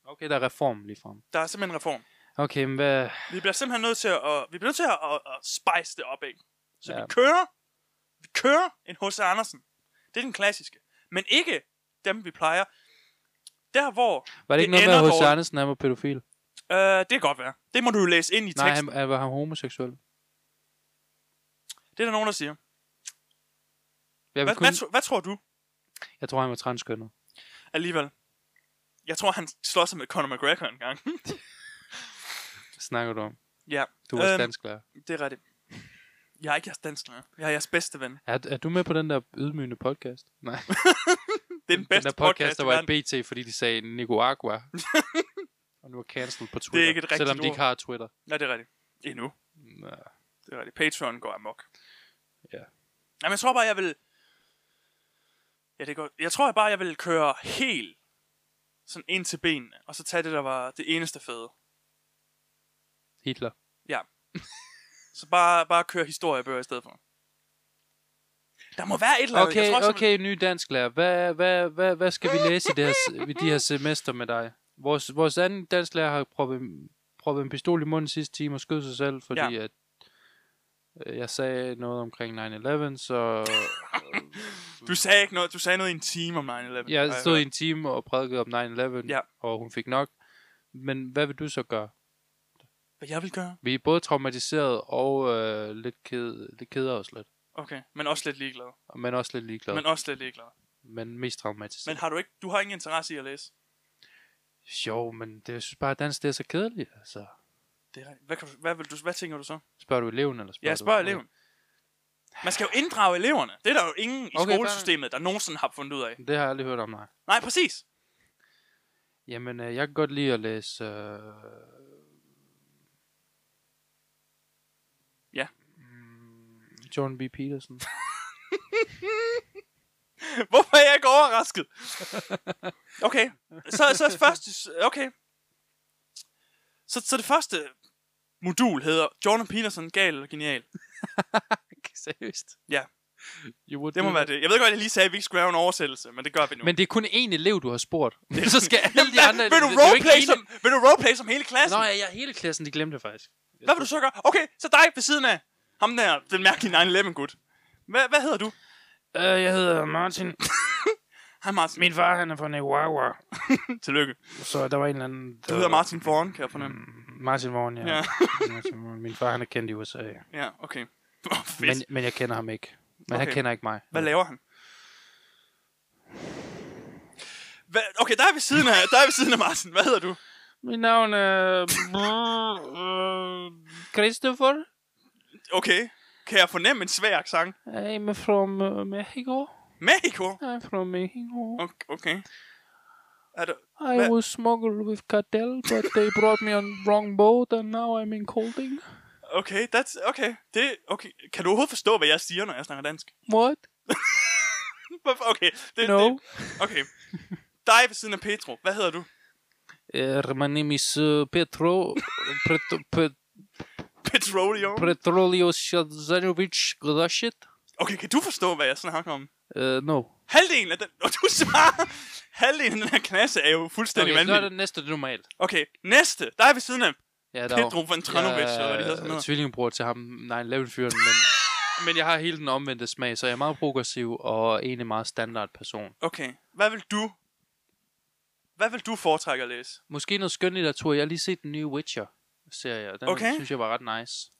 Speaker 1: Okay, der er reform lige frem.
Speaker 2: Der er simpelthen en reform.
Speaker 1: Okay, men hvad...
Speaker 2: Vi bliver simpelthen nødt til at, vi bliver nødt til at, at, at spice det op, ikke? Så
Speaker 1: Ja.
Speaker 2: ja. vi kører, vi kører en H.C. Andersen. Det er den klassiske. Men ikke dem, vi plejer. Der hvor,
Speaker 1: Var det,
Speaker 2: Det
Speaker 1: ikke noget med,
Speaker 2: ender
Speaker 1: at H.C.
Speaker 2: dårligt.
Speaker 1: Andersen han var pædofil?
Speaker 2: øh, det kan godt være. Det må du jo læse ind i
Speaker 1: Nej,
Speaker 2: teksten.
Speaker 1: han, han var han homoseksuel.
Speaker 2: Det er der nogen, der siger.
Speaker 1: Jeg,
Speaker 2: Hvad,
Speaker 1: vil kun,
Speaker 2: hvad, tro- hvad tror du
Speaker 1: jeg tror, han var transkønnet.
Speaker 2: alligevel? Jeg tror, han slår sig med Conor McGregor en gang.
Speaker 1: Hvad snakker du om?
Speaker 2: ja,
Speaker 1: Du er øhm,
Speaker 2: Øhm.
Speaker 1: dansk lærer.
Speaker 2: det er rigtigt. Jeg er ikke jeres dansk lærer. Jeg er jeres bedste ven.
Speaker 1: Er, er du med på den der ydmygende podcast? Nej,
Speaker 2: Det er den
Speaker 1: den
Speaker 2: bedste
Speaker 1: der podcast, podcast der var i BT, fordi de sagde Nicaragua. og nu er cancelled på Twitter.
Speaker 2: ikke et rigtigt
Speaker 1: Selvom de
Speaker 2: ord.
Speaker 1: ikke har Twitter.
Speaker 2: Nej, det er rigtigt. Endnu.
Speaker 1: Nå.
Speaker 2: Det er rigtigt. Patreon går amok.
Speaker 1: Ja.
Speaker 2: Jamen, jeg tror bare, jeg vil... Ja, det går... Jeg tror bare, jeg vil køre helt sådan ind til benene, og så tage det, der var det eneste fede.
Speaker 1: Hitler.
Speaker 2: Så bare, bare køre historiebøger i stedet for. Der må være et eller andet.
Speaker 1: Okay,
Speaker 2: jeg tror, simpelthen-
Speaker 1: okay, ny dansklærer. Hvad, hvad, hvad, hvad skal vi læse i det her, se- i de her semester med dig? Vores, vores anden dansklærer har proppet, proppet en pistol i munden sidste time og skød sig selv, fordi ja. at øh, jeg sagde noget omkring 9-11, så
Speaker 2: Du sagde ikke noget. Du sagde noget i en time om 9-11.
Speaker 1: jeg stod i en time og prædikede om 9-11,
Speaker 2: Ja.
Speaker 1: og hun fik nok. Men hvad vil du så gøre?
Speaker 2: Hvad jeg vil gøre?
Speaker 1: Vi er både traumatiseret og øh, lidt, ked, lidt keder os lidt,
Speaker 2: Okay, men også lidt ligeglad.
Speaker 1: men også lidt ligeglade,
Speaker 2: Men
Speaker 1: men,
Speaker 2: også lidt ligeglad.
Speaker 1: men mest traumatiseret.
Speaker 2: Men har du ikke... Du har ingen interesse i at læse?
Speaker 1: Jo, men det, jeg synes bare, at dans det er så kedeligt, altså.
Speaker 2: Det er rigtigt. Hvad, kan du, hvad, vil du, hvad tænker du så?
Speaker 1: Spørger du eleven, eller spørger
Speaker 2: Ja,
Speaker 1: du-
Speaker 2: spørg eleven. Man skal jo inddrage eleverne. Det er der jo ingen i
Speaker 1: Okay,
Speaker 2: okay, skolesystemet, der nogensinde har fundet ud af.
Speaker 1: Det har jeg aldrig hørt om, nej.
Speaker 2: Nej, præcis.
Speaker 1: Jamen, øh, jeg kan godt lide at læse... Øh...
Speaker 2: Ja.
Speaker 1: Mm, John B. Peterson.
Speaker 2: Hvorfor er jeg ikke overrasket? Okay, så, så første... Okay. Så, så det første modul hedder Jordan Peterson, gal eller genial.
Speaker 1: Seriøst?
Speaker 2: Ja.
Speaker 1: You would
Speaker 2: Det må
Speaker 1: do
Speaker 2: være
Speaker 1: that.
Speaker 2: det. Jeg ved godt, at jeg lige sagde, at vi ikke skulle lave en oversættelse, men det gør vi nu.
Speaker 1: Mm. Men det er kun én elev, du har spurgt. så skal alle de andre...
Speaker 2: vil, du
Speaker 1: det er jo ikke
Speaker 2: roleplay
Speaker 1: ene-
Speaker 2: som, vil du roleplay som hele klassen?
Speaker 1: Nå ja, ja, hele klassen, de glemte det faktisk.
Speaker 2: Hvad vil du så gøre? Okay, så dig ved siden af. Ham der, den mærkelige 9-11-gut. Hvad, hvad hedder du?
Speaker 1: Øh, jeg hedder Martin.
Speaker 2: Hej Martin.
Speaker 1: Min far, han er fra Nicaragua.
Speaker 2: Tillykke.
Speaker 1: Så der var en eller anden...
Speaker 2: Du hedder Martin Foran, kan jeg
Speaker 1: Mm.
Speaker 2: fornemme.
Speaker 1: Martin Vaughn, ja.
Speaker 2: Ja.
Speaker 1: ja. Martin Vaughn. Min far, han er kendt i USA.
Speaker 2: Ja, okay. Oh, fedt.
Speaker 1: Men,
Speaker 2: Men,
Speaker 1: men jeg kender ham ikke. Men okay.
Speaker 2: Okay.
Speaker 1: han kender ikke mig.
Speaker 2: hvad laver han? Hvad, okay, der er vi siden af, der er vi siden af Martin. Hvad hedder du?
Speaker 1: Mit navn er... Øh, Christopher.
Speaker 2: Okay. Kan jeg fornemme en svær accent?
Speaker 1: I'm from uh, Mexico.
Speaker 2: Mexico?
Speaker 1: I'm from Mexico.
Speaker 2: Okay. okay. Er du,
Speaker 1: I
Speaker 2: Hva-
Speaker 1: was smuggled with cartel, but they brought me on wrong boat, and now I'm in Colding.
Speaker 2: okay, that's, okay. Det, okay. Kan du overhovedet forstå, hvad jeg siger, når jeg snakker dansk?
Speaker 1: What?
Speaker 2: Hvorfor- Okay. Det, er
Speaker 1: No.
Speaker 2: Det, okay. Dig ved siden af Petro. Hvad hedder du?
Speaker 1: Uh, my name is uh, Petro Pet- Pet-
Speaker 2: Petrolio.
Speaker 1: Petrolio Shazanovic Godashet.
Speaker 2: Okay, kan du forstå, hvad jeg snakker om?
Speaker 1: Uh, no.
Speaker 2: Halvdelen af den... Og du svarer... Halvdelen af den her klasse er jo fuldstændig
Speaker 1: Okay,
Speaker 2: okay,
Speaker 1: så er det
Speaker 2: vanvittig.
Speaker 1: næste normalt.
Speaker 2: Okay, næste. Der er ved siden af
Speaker 1: Ja, der er jo-
Speaker 2: Pedro Vantranovic, eller hvad det hedder sådan
Speaker 1: Jeg er
Speaker 2: noget.
Speaker 1: tvillingbror til ham, nej, fyren, men, men jeg har hele den omvendte smag, så jeg er meget progressiv og egentlig meget standard person.
Speaker 2: Okay, hvad vil du... Hvad vil du foretrække at læse?
Speaker 1: Måske noget skøn litteratur. Jeg har lige set den nye Witcher-serie, og den
Speaker 2: Okay.
Speaker 1: okay. synes jeg var ret nice.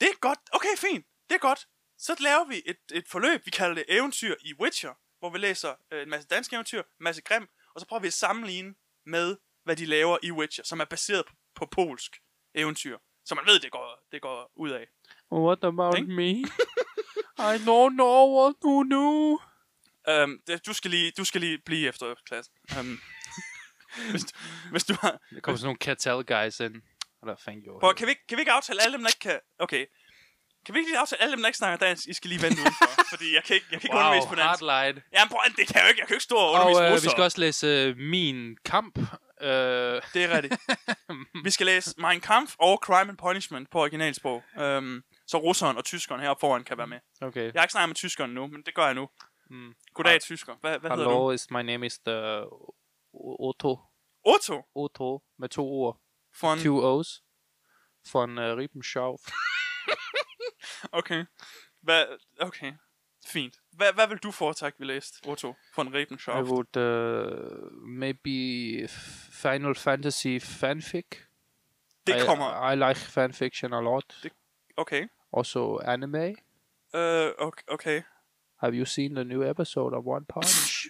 Speaker 2: Det er godt. Okay, fint. Det er godt. Så laver vi et, et forløb, vi kalder det Eventyr i Witcher, hvor vi læser øh, en masse danske eventyr, en masse grim, og så prøver vi at sammenligne med, hvad de laver i Witcher, som er baseret på, på polsk eventyr. Så man ved, det går, det går ud af.
Speaker 1: What about
Speaker 2: Ikke?
Speaker 1: me? I don't know what to do.
Speaker 2: Um, det, du, skal lige, du skal lige blive efter klassen. Um, hvis, du, hvis du har...
Speaker 1: Der kommer sådan nogle cartel guys ind. Eller fanden gjorde
Speaker 2: Prøv, kan, vi, ikke- kan vi ikke aftale alle dem, der ikke kan... Okay. Kan vi ikke lige aftale alle dem, der ikke snakker dansk? I skal lige vente udenfor, fordi jeg kan ikke, jeg kan ikke wow, undervise på dansk.
Speaker 1: hardline.
Speaker 2: Jamen prøv, det kan jeg jo ikke. Jeg kan jo ikke stå og undervise
Speaker 1: Og øh, vi
Speaker 2: russere.
Speaker 1: skal også læse øh, Min Kamp. Øh,
Speaker 2: Det er rigtigt. vi skal læse Mein Kampf og Crime and Punishment på originalsprog. Um, så russeren og tyskeren heroppe foran kan være med.
Speaker 1: okay.
Speaker 2: Jeg har ikke snakket med tyskeren nu, men det gør jeg nu.
Speaker 1: Mm.
Speaker 2: Goddag, tysker. Hvad, hvad hedder du?
Speaker 1: Hello, is, my name is the Otto.
Speaker 2: Otto
Speaker 1: Otto med to ord.
Speaker 2: von...
Speaker 1: Two O's. Von uh, Ribbenschau.
Speaker 2: Okay. Hvad, okay. Fint. Hvad, hvad vil du foretrække, vi læste, Otto von Rebenschaft?
Speaker 1: I would uh, maybe Final Fantasy fanfic.
Speaker 2: det kommer...
Speaker 1: I, I like fanfiction a lot.
Speaker 2: Det- Okay.
Speaker 1: Also anime.
Speaker 2: Uh, okay. okay.
Speaker 1: Have you seen the new episode of One Punch?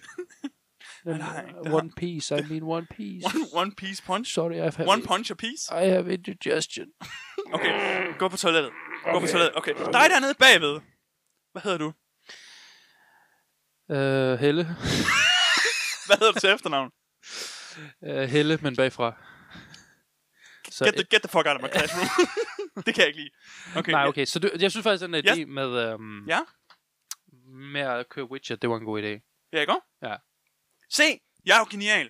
Speaker 1: Then,
Speaker 2: Nej,
Speaker 1: uh,
Speaker 2: det har-
Speaker 1: one Piece, I mean One Piece.
Speaker 2: One, one piece punch?
Speaker 1: Sorry, I've had
Speaker 2: One punch a piece?
Speaker 1: I have indigestion.
Speaker 2: Okay, gå på toilettet. Gå på
Speaker 1: Okay.
Speaker 2: toilettet. Okay, dig dernede bagved. Hvad hedder du?
Speaker 1: Uh, Helle.
Speaker 2: Hvad hedder du til efternavn?
Speaker 1: Uh, Helle, men bagfra. Så,
Speaker 2: Get the, get the fuck out of my classroom. det kan jeg ikke lide. Okay.
Speaker 1: Nej, okay. Så du, jeg synes faktisk, den der
Speaker 2: Ja.
Speaker 1: idé med, øhm,
Speaker 2: Ja.
Speaker 1: med at køre Witcher, det var en god idé.
Speaker 2: Ja, ikke også?
Speaker 1: Ja.
Speaker 2: Se, jeg er jo genial.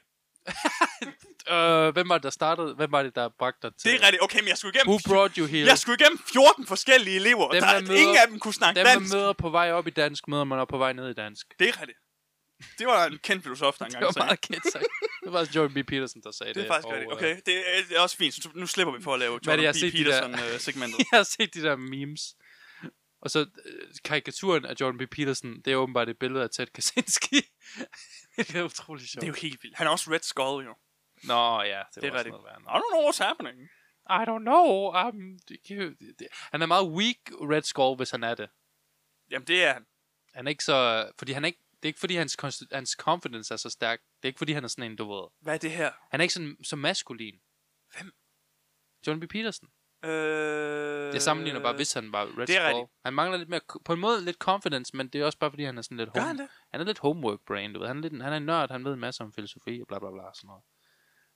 Speaker 1: Øh, hvem var det, der startede? Hvem var det, der bragte dig til?
Speaker 2: Det er rigtigt. Okay, men jeg skulle
Speaker 1: Who
Speaker 2: igennem,
Speaker 1: brought you here?
Speaker 2: jeg skulle igennem 14 forskellige elever.
Speaker 1: Dem,
Speaker 2: der,
Speaker 1: der møder-
Speaker 2: ingen af dem kunne snakke
Speaker 1: Dem,
Speaker 2: dansk.
Speaker 1: der møder på vej op i dansk, møder man op på vej ned i dansk.
Speaker 2: Det er rigtigt. Det var en kendt filosof, der engang
Speaker 1: Det var
Speaker 2: sagde.
Speaker 1: meget kendt sagt. Det var faktisk Jordan B. Peterson, der sagde det.
Speaker 2: Det er faktisk
Speaker 1: og,
Speaker 2: rigtigt.
Speaker 1: øh,
Speaker 2: Okay, det er, det er også fint. Så nu slipper vi for at lave
Speaker 1: er det, jeg
Speaker 2: Jordan
Speaker 1: har
Speaker 2: B. øh,
Speaker 1: set de der-
Speaker 2: Peterson-segmentet.
Speaker 1: jeg har set de der memes. Og så øh, karikaturen af Jordan B. Peterson, det er åbenbart et billede af Ted Kaczynski. det er utroligt sjovt.
Speaker 2: det er jo helt vildt. Han er også Red Skull, jo.
Speaker 1: Nå ja, det,
Speaker 2: Det er
Speaker 1: var
Speaker 2: rigtigt.
Speaker 1: sådan noget værre.
Speaker 2: I don't know what's happening.
Speaker 1: I don't know. Um, det, kan jo- det, det. Han er meget weak Red Skull, hvis han er det.
Speaker 2: Jamen, det er han.
Speaker 1: Han er ikke så... Fordi han er ikke, det er ikke fordi, hans, konst- hans confidence er så stærk. Det er ikke fordi, han er sådan en, du ved.
Speaker 2: Hvad er det her?
Speaker 1: Han er ikke sådan, så maskulin.
Speaker 2: Hvem?
Speaker 1: John B. Peterson.
Speaker 2: Øh...
Speaker 1: Jeg sammenligner bare, hvis han var Red
Speaker 2: det er
Speaker 1: Skull.
Speaker 2: rigtigt.
Speaker 1: Han mangler lidt mere... På en måde lidt confidence, men det er også bare, fordi han er sådan lidt...
Speaker 2: Gør han det?
Speaker 1: han er lidt homework brain, du ved. Han er, lidt, en- han er en nørd, han ved en masse om filosofi og bla bla bla og sådan noget.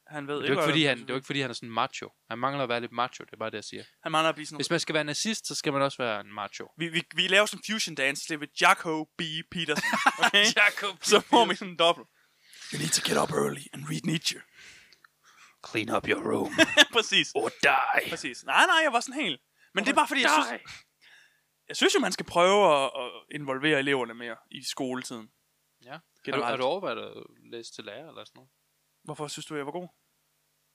Speaker 2: Han ved
Speaker 1: Det er, jo ikke,
Speaker 2: hvad
Speaker 1: fordi
Speaker 2: der-
Speaker 1: han, det er jo ikke, fordi han er sådan macho. Han mangler at være lidt macho, det er bare det, jeg siger.
Speaker 2: Han mangler at blive sådan
Speaker 1: Hvis man skal være nazist, så skal man også være en macho.
Speaker 2: Vi, vi, vi laver sådan en fusion dance, det er ved Jaco B. Peterson, okay?
Speaker 1: Jacob
Speaker 2: så får vi sådan en dobbelt. You need to get up early and read Nietzsche.
Speaker 1: Clean up your room
Speaker 2: præcis,
Speaker 1: or die.
Speaker 2: præcis. Nej, nej, jeg var sådan helt. Men det er bare fordi, jeg synes, jeg synes jo, man skal prøve at, at involvere eleverne mere i skoletiden.
Speaker 1: Ja. Har du,
Speaker 2: Generelt.
Speaker 1: har du overvejet at læse til lærer eller sådan noget?
Speaker 2: Hvorfor synes du, jeg var god?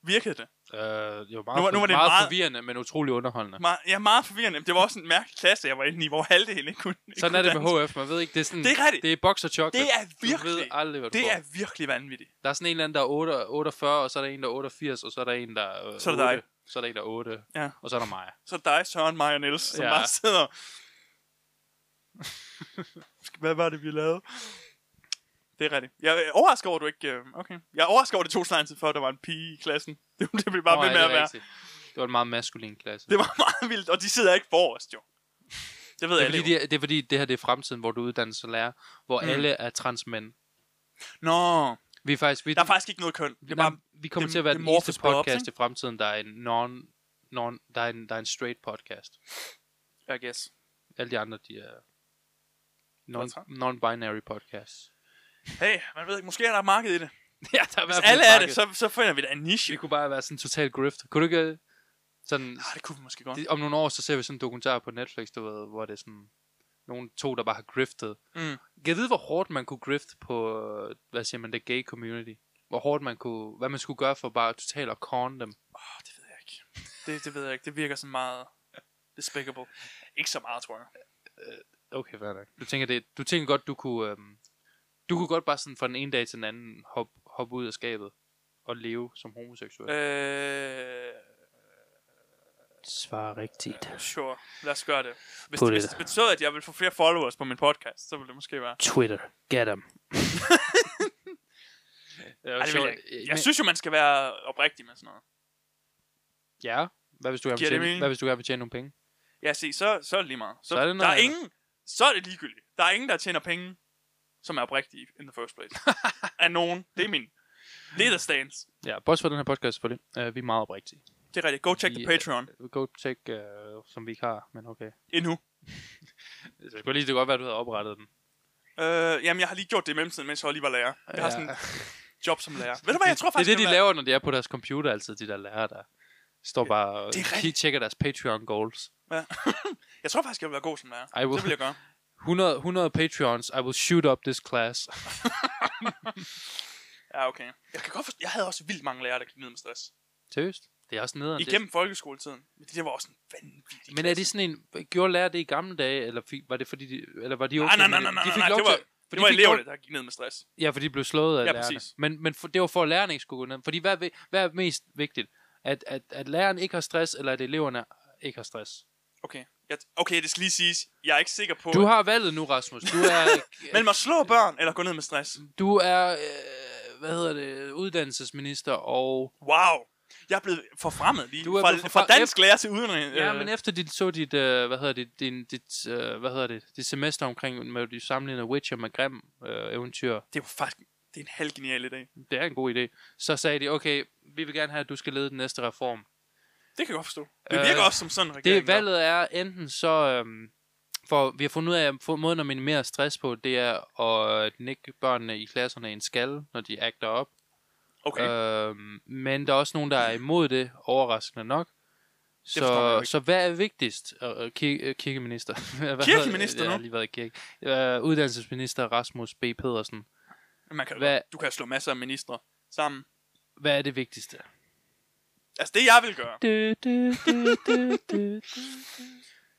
Speaker 2: virkede det.
Speaker 1: Øh, det var meget,
Speaker 2: Nu var- nu var det
Speaker 1: meget,
Speaker 2: meget-
Speaker 1: forvirrende, men utrolig underholdende.
Speaker 2: Me- ja, meget forvirrende. Det var også en mærkelig klasse, jeg var inde i, hvor halvdelen ikke kunne ikke
Speaker 1: Sådan
Speaker 2: kunne
Speaker 1: er det
Speaker 2: danse.
Speaker 1: med HF, man ved ikke, det er sådan...
Speaker 2: Det er rigtigt.
Speaker 1: Det er box og chocolate.
Speaker 2: Det er
Speaker 1: Du ved
Speaker 2: virkelig,
Speaker 1: aldrig, hvad du
Speaker 2: det
Speaker 1: får.
Speaker 2: er virkelig vanvittigt.
Speaker 1: Der er sådan en eller anden, der er 8, 48, og så er der en, der er 88, og så er der en, der er øh,
Speaker 2: Så er der dig.
Speaker 1: 8, Så er der en, der er 8,
Speaker 2: Ja.
Speaker 1: og så er der mig.
Speaker 2: Så dig, Søren, mig og Niels, som
Speaker 1: Ja.
Speaker 2: ja. bare sidder... Hvad var det, vi lavede? Det er rigtigt. Jeg er overrasket over, at du ikke... øh, Okay. Jeg er overrasket over, at det tog så lang tid før, at der var en pige i klassen. Det, det blev bare
Speaker 1: Nå,
Speaker 2: ved
Speaker 1: ja,
Speaker 2: med
Speaker 1: det er
Speaker 2: at være.
Speaker 1: rigtigt. Det var en meget maskulin klasse.
Speaker 2: Det var meget vildt, og de sidder ikke forrest, jo. Det ved
Speaker 1: Det er,
Speaker 2: jeg
Speaker 1: fordi,
Speaker 2: ikke.
Speaker 1: det, er, det er fordi, det her det er fremtiden, hvor du uddanner som lærer, hvor
Speaker 2: Mm.
Speaker 1: mm. alle er transmænd.
Speaker 2: Nå,
Speaker 1: Vi er faktisk, vi,
Speaker 2: der er faktisk ikke noget køn. Det er
Speaker 1: nej,
Speaker 2: bare...
Speaker 1: vi kommer
Speaker 2: det-
Speaker 1: til at være
Speaker 2: det
Speaker 1: den eneste
Speaker 2: morphers blot,
Speaker 1: podcast i
Speaker 2: ikke?
Speaker 1: fremtiden, der er en non, non der, er en, der er en straight podcast.
Speaker 2: I guess.
Speaker 1: Alle de andre, de er non,
Speaker 2: Hvad
Speaker 1: non-binary podcasts.
Speaker 2: Hey, man ved ikke, måske er der et marked i det.
Speaker 1: ja, der er i hvert
Speaker 2: Hvis
Speaker 1: fald
Speaker 2: alle er
Speaker 1: marked.
Speaker 2: det, så, så finder vi da en niche.
Speaker 1: Vi kunne bare være sådan en total grift. Kunne du ikke øh, sådan...
Speaker 2: Ah, det kunne vi måske godt.
Speaker 1: det- Om nogle år, så ser vi sådan en dokumentar på Netflix, du ved, hvor det er sådan nogle to, der bare har griftet.
Speaker 2: Mm.
Speaker 1: Kan jeg vide, hvor hårdt man kunne grifte på, øh, hvad siger man, det gay community? Hvor hårdt man kunne, hvad man skulle gøre for bare totalt at corne dem.
Speaker 2: Oh, det ved jeg ikke. Det, det ved jeg ikke. Det virker sådan meget despicable. Ikke så meget, tror jeg.
Speaker 1: Okay, fair nok. Du tænker, det, du tænker godt, du kunne, øhm, du kunne godt bare sådan fra den ene dag til den anden hoppe hop ud af skabet og leve som homoseksuel.
Speaker 2: Øh,
Speaker 1: Svar rigtigt.
Speaker 2: sure. Lad os gøre det. Hvis,
Speaker 1: Put
Speaker 2: det, hvis
Speaker 1: it.
Speaker 2: det betød, at jeg ville få flere followers på min podcast, så ville det måske være...
Speaker 1: Twitter, get them.
Speaker 2: Ej, det vil jeg, ikke. jeg synes jo, Øh, man skal være oprigtig med sådan noget.
Speaker 1: Ja, hvad hvis du gerne
Speaker 2: Giver
Speaker 1: vil
Speaker 2: det
Speaker 1: tjene,
Speaker 2: mening?
Speaker 1: hvad hvis du gerne vil tjene nogle penge?
Speaker 2: Ja, se, så, så er det lige meget. Så,
Speaker 1: Så er det
Speaker 2: der
Speaker 1: noget
Speaker 2: er
Speaker 1: andet.
Speaker 2: ingen... Så er det ligegyldigt. Der er ingen, der tjener penge, som er oprigtige in the first place. Af nogen. Det er min. Det er the stance.
Speaker 1: Ja, bortset fra den her podcast selvfølgelig. Uh, vi er meget oprigtige.
Speaker 2: Det er rigtigt. Go check the
Speaker 1: Vi-
Speaker 2: Patreon.
Speaker 1: Go check, uh, som vi ikke har, men okay.
Speaker 2: Endnu.
Speaker 1: Det skulle lige det godt være, du havde oprettet den.
Speaker 2: Øh, jamen, jeg har lige gjort det i mellemtiden, mens jeg lige var lærer. Jeg har sådan job som lærer. Ved du hvad, jeg tror
Speaker 1: det er
Speaker 2: faktisk...
Speaker 1: det, de
Speaker 2: jeg vil-
Speaker 1: laver, når de er på deres computer altid, de der lærere der. Står bare og
Speaker 2: Det er
Speaker 1: de
Speaker 2: rigtigt.
Speaker 1: tjekker deres Patreon goals.
Speaker 2: Ja. jeg tror faktisk, jeg vil være god som lærer.
Speaker 1: I will-
Speaker 2: Det vil jeg gøre.
Speaker 1: 100, 100 Patreons, I will shoot up this class.
Speaker 2: Ja, okay. Jeg kan godt forstå, jeg havde også vildt mange lærere, der gik ned med stress.
Speaker 1: Seriøst? Det er også nederen.
Speaker 2: Igennem folkeskoletiden. Men det der var også en vanvittig
Speaker 1: Det, men er det sådan en... Gjorde lærer det i gamle dage, eller fik, var det fordi... De, eller var de okay?
Speaker 2: Nej, nej,
Speaker 1: med
Speaker 2: nej,
Speaker 1: det?
Speaker 2: nej, nej,
Speaker 1: de fik
Speaker 2: nej,
Speaker 1: lov
Speaker 2: det
Speaker 1: til-
Speaker 2: var,
Speaker 1: for
Speaker 2: det
Speaker 1: de
Speaker 2: var
Speaker 1: fik
Speaker 2: eleverne,
Speaker 1: lov-
Speaker 2: der gik ned med stress.
Speaker 1: Ja, for de blev slået af
Speaker 2: Ja,
Speaker 1: lærerne.
Speaker 2: præcis.
Speaker 1: Men, men for, det var for, at lærerne ikke skulle gå ned. Fordi hvad, er vi- hvad er mest vigtigt? At, at, at læreren ikke har stress, eller at eleverne ikke har stress?
Speaker 2: Okay. Jeg, okay, det skal lige siges. Jeg er ikke sikker på...
Speaker 1: Du har valget nu, Rasmus. Du er,
Speaker 2: Men at slå børn eller gå ned med stress.
Speaker 1: du er øh, hvad hedder det, uddannelsesminister, og...
Speaker 2: Wow. Jeg er blevet forfremmet lige.
Speaker 1: Du er
Speaker 2: fra,
Speaker 1: blevet
Speaker 2: fra,
Speaker 1: forfremmet.
Speaker 2: dansk lærer til udenrig.
Speaker 1: Ja,
Speaker 2: øh,
Speaker 1: men efter dit, så dit, øh, hvad hedder det, din, dit, øh, hvad hedder det, dit semester omkring, med de sammenlignede Witcher med Grimm øh, eventyr,
Speaker 2: Det er jo faktisk... Det er en halv genial idé.
Speaker 1: det er en god idé, så sagde de, okay, vi vil gerne have, at du skal lede den næste reform.
Speaker 2: Det kan jeg godt forstå. Det
Speaker 1: Øh,
Speaker 2: virker også som sådan en
Speaker 1: Det
Speaker 2: regering.
Speaker 1: er valget er enten så... Øhm, for vi har fundet ud af, at få- måden at minimere stress på, det er at nikke børnerne i klasserne en skal, når de agter op.
Speaker 2: Okay.
Speaker 1: Okay. Øhm, men der er også nogen, der er imod det, overraskende nok.
Speaker 2: forstår man jo
Speaker 1: Så,
Speaker 2: ikke.
Speaker 1: så hvad er vigtigst? Øh, øh, kir- øh, kirkeminister. Hvad hedder-
Speaker 2: Kirkeminister
Speaker 1: Jeg har
Speaker 2: nu?
Speaker 1: lige været i kirke. Øh, uddannelsesminister Rasmus B. Pedersen.
Speaker 2: Man kan,
Speaker 1: Hvad-
Speaker 2: Du kan slå masser af ministre sammen.
Speaker 1: Hvad er det vigtigste?
Speaker 2: Altså, det jeg vil gøre.
Speaker 1: Du, du, du, du, du.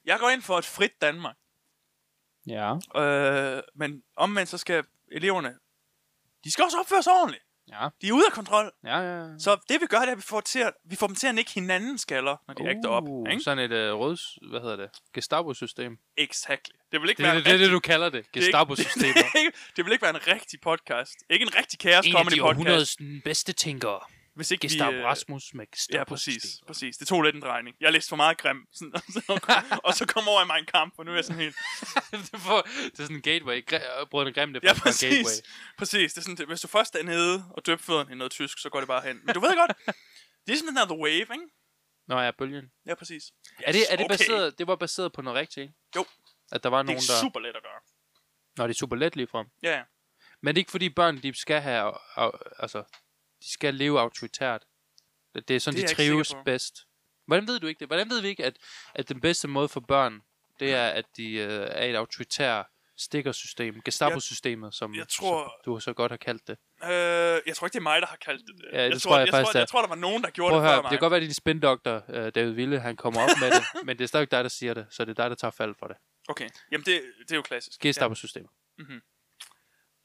Speaker 2: Jeg går ind for et frit Danmark.
Speaker 1: Ja.
Speaker 2: Øh, men omvendt, så skal eleverne... De skal også opføre sig ordentligt.
Speaker 1: Ja,
Speaker 2: De er ude af kontrol.
Speaker 1: ja, ja.
Speaker 2: Så det vi gør, det er, at vi får, til at, vi får dem til at nikke hinanden skaller, når de uh. ægter op.
Speaker 1: Uh,
Speaker 2: Ikke?
Speaker 1: Sådan et øh, røds, hvad hedder det? Gestapo-system.
Speaker 2: Exactly. Det vil ikke
Speaker 1: Det,
Speaker 2: være
Speaker 1: er
Speaker 2: en
Speaker 1: det, det, er
Speaker 2: rigtig...
Speaker 1: det, du kalder det.
Speaker 2: er ikke-
Speaker 1: Gestapo-systemer.
Speaker 2: det, er ikke- det vil ikke være en rigtig podcast. Ikke en rigtig kaos comedy podcast.
Speaker 1: bedste tænkere.
Speaker 2: Hvis ikke
Speaker 1: Gestapo
Speaker 2: vi, øh,
Speaker 1: Rasmus med Gestapo
Speaker 2: Ja, præcis. præcis. Det tog lidt en drejning. Jeg læste for meget grim. Sådan, og, så, og så kom over i min kamp, og nu er jeg sådan helt...
Speaker 1: det, får, det er sådan en gateway. Gr- øh, Brødrene Grimm, det er
Speaker 2: Ja,
Speaker 1: faktisk bare en
Speaker 2: præcis.
Speaker 1: gateway.
Speaker 2: Præcis. Det er sådan, det, hvis du først er nede og døber fødderne i noget tysk, så går det bare hen. Men du ved godt, det er sådan den der The Wave, ikke?
Speaker 1: Nå ja, bølgen.
Speaker 2: Ja, præcis.
Speaker 1: Er det, er det
Speaker 2: okay.
Speaker 1: baseret, det var baseret på noget rigtigt, ikke?
Speaker 2: Jo.
Speaker 1: At der var
Speaker 2: Det
Speaker 1: nogen,
Speaker 2: er
Speaker 1: der...
Speaker 2: super let at gøre.
Speaker 1: Nå, det er super let lige frem.
Speaker 2: Ja, ja.
Speaker 1: Men det er ikke fordi børn, de skal have... au- au- Altså, de skal leve autoritært. Det det er sådan,
Speaker 2: Det er
Speaker 1: det de
Speaker 2: jeg ikke
Speaker 1: trives
Speaker 2: sikker på.
Speaker 1: bedst. Hvordan ved du ikke det? Hvordan ved vi ikke, at, at den bedste måde for børn, det er, at de øh, er i et autoritært stikkersystem, Gestapo-systemet, som,
Speaker 2: jeg tror-
Speaker 1: som du så godt har kaldt det.
Speaker 2: Øh, jeg tror ikke, det er mig, der har kaldt det. det.
Speaker 1: Ja, det tror jeg
Speaker 2: jeg,
Speaker 1: faktisk,
Speaker 2: tror,
Speaker 1: det er.
Speaker 2: jeg tror, der var nogen, der gjorde
Speaker 1: Prøv
Speaker 2: det
Speaker 1: at
Speaker 2: før
Speaker 1: høre, det
Speaker 2: mig.
Speaker 1: kan godt være, at din spindoktor, øh, David Ville, han kommer op med det, men det er stadig dig, der siger det, så det er dig, der tager fald for det.
Speaker 2: Okay, jamen det, det er jo klassisk.
Speaker 1: Gæster på systemet.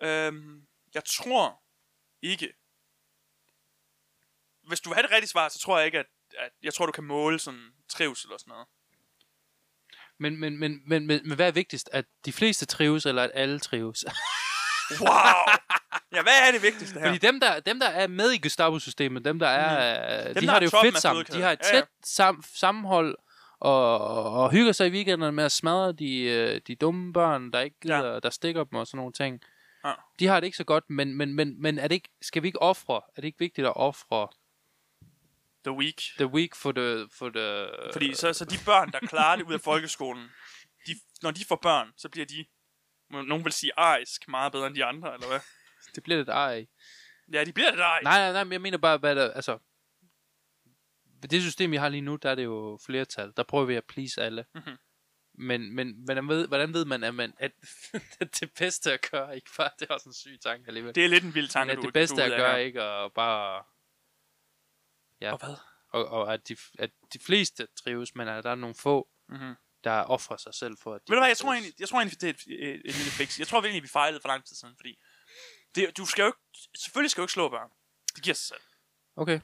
Speaker 2: Øhm, jeg tror ikke. Hvis du vil have det rigtige svar, så tror jeg ikke, at, at jeg tror, du kan måle sådan trivsel og sådan noget.
Speaker 1: Men, men, men, men, men, men hvad er vigtigst? At de fleste trives, eller at alle trives?
Speaker 2: Wow! ja, hvad er det vigtigste her?
Speaker 1: Fordi dem der, dem, der er med i Gestapo-systemet, dem, der er, dem, de
Speaker 2: der
Speaker 1: har
Speaker 2: er
Speaker 1: det jo
Speaker 2: toppen
Speaker 1: fedt
Speaker 2: af
Speaker 1: sammen. De har et
Speaker 2: fødekæden. Ja,
Speaker 1: tæt sam, sammenhold og, og, og hygger sig i weekenderne med at smadre de, øh, de dumme børn, der ikke gider, ja. der stikker dem og sådan nogle ting.
Speaker 2: Ja.
Speaker 1: De har det ikke så godt, men, men, men, men er det ikke, skal vi ikke ofre? Er det ikke vigtigt at ofre
Speaker 2: The week.
Speaker 1: the week for the... For the øh,
Speaker 2: Fordi så, så de børn, der klarer det ud af folkeskolen, de, når de får børn, så bliver de, må- nogen vil sige arisk, meget bedre end de andre, eller hvad?
Speaker 1: det bliver lidt ej.
Speaker 2: Ja, de bliver det arisk.
Speaker 1: Nej, nej, nej, men jeg mener bare, hvad der, altså... Det system, vi har lige nu, der er det jo flertal. Der prøver vi at please alle.
Speaker 2: Mhm.
Speaker 1: Men, men hvordan, ved, hvordan ved man, at, man, at det bedste at gøre, ikke bare, det er også en syg tanke alligevel. Det,
Speaker 2: Det er lidt en vild
Speaker 1: men
Speaker 2: tanke,
Speaker 1: at
Speaker 2: du
Speaker 1: det bedste
Speaker 2: du
Speaker 1: at
Speaker 2: er
Speaker 1: gøre,
Speaker 2: her.
Speaker 1: ikke, og bare... Ja,
Speaker 2: Og hvad?
Speaker 1: og, og at, de, at de fleste trives, men at der er nogle få,
Speaker 2: Mhm.
Speaker 1: der offrer sig selv for, at de
Speaker 2: Ved du hvad, jeg
Speaker 1: trives.
Speaker 2: tror egentlig, jeg tror egentlig det er et, et, et lille fix. Jeg tror egentlig, vi fejlede for lang tid siden, fordi det, du skal jo ikke, selvfølgelig skal du ikke slå børn. Det giver sig selv.
Speaker 1: Okay.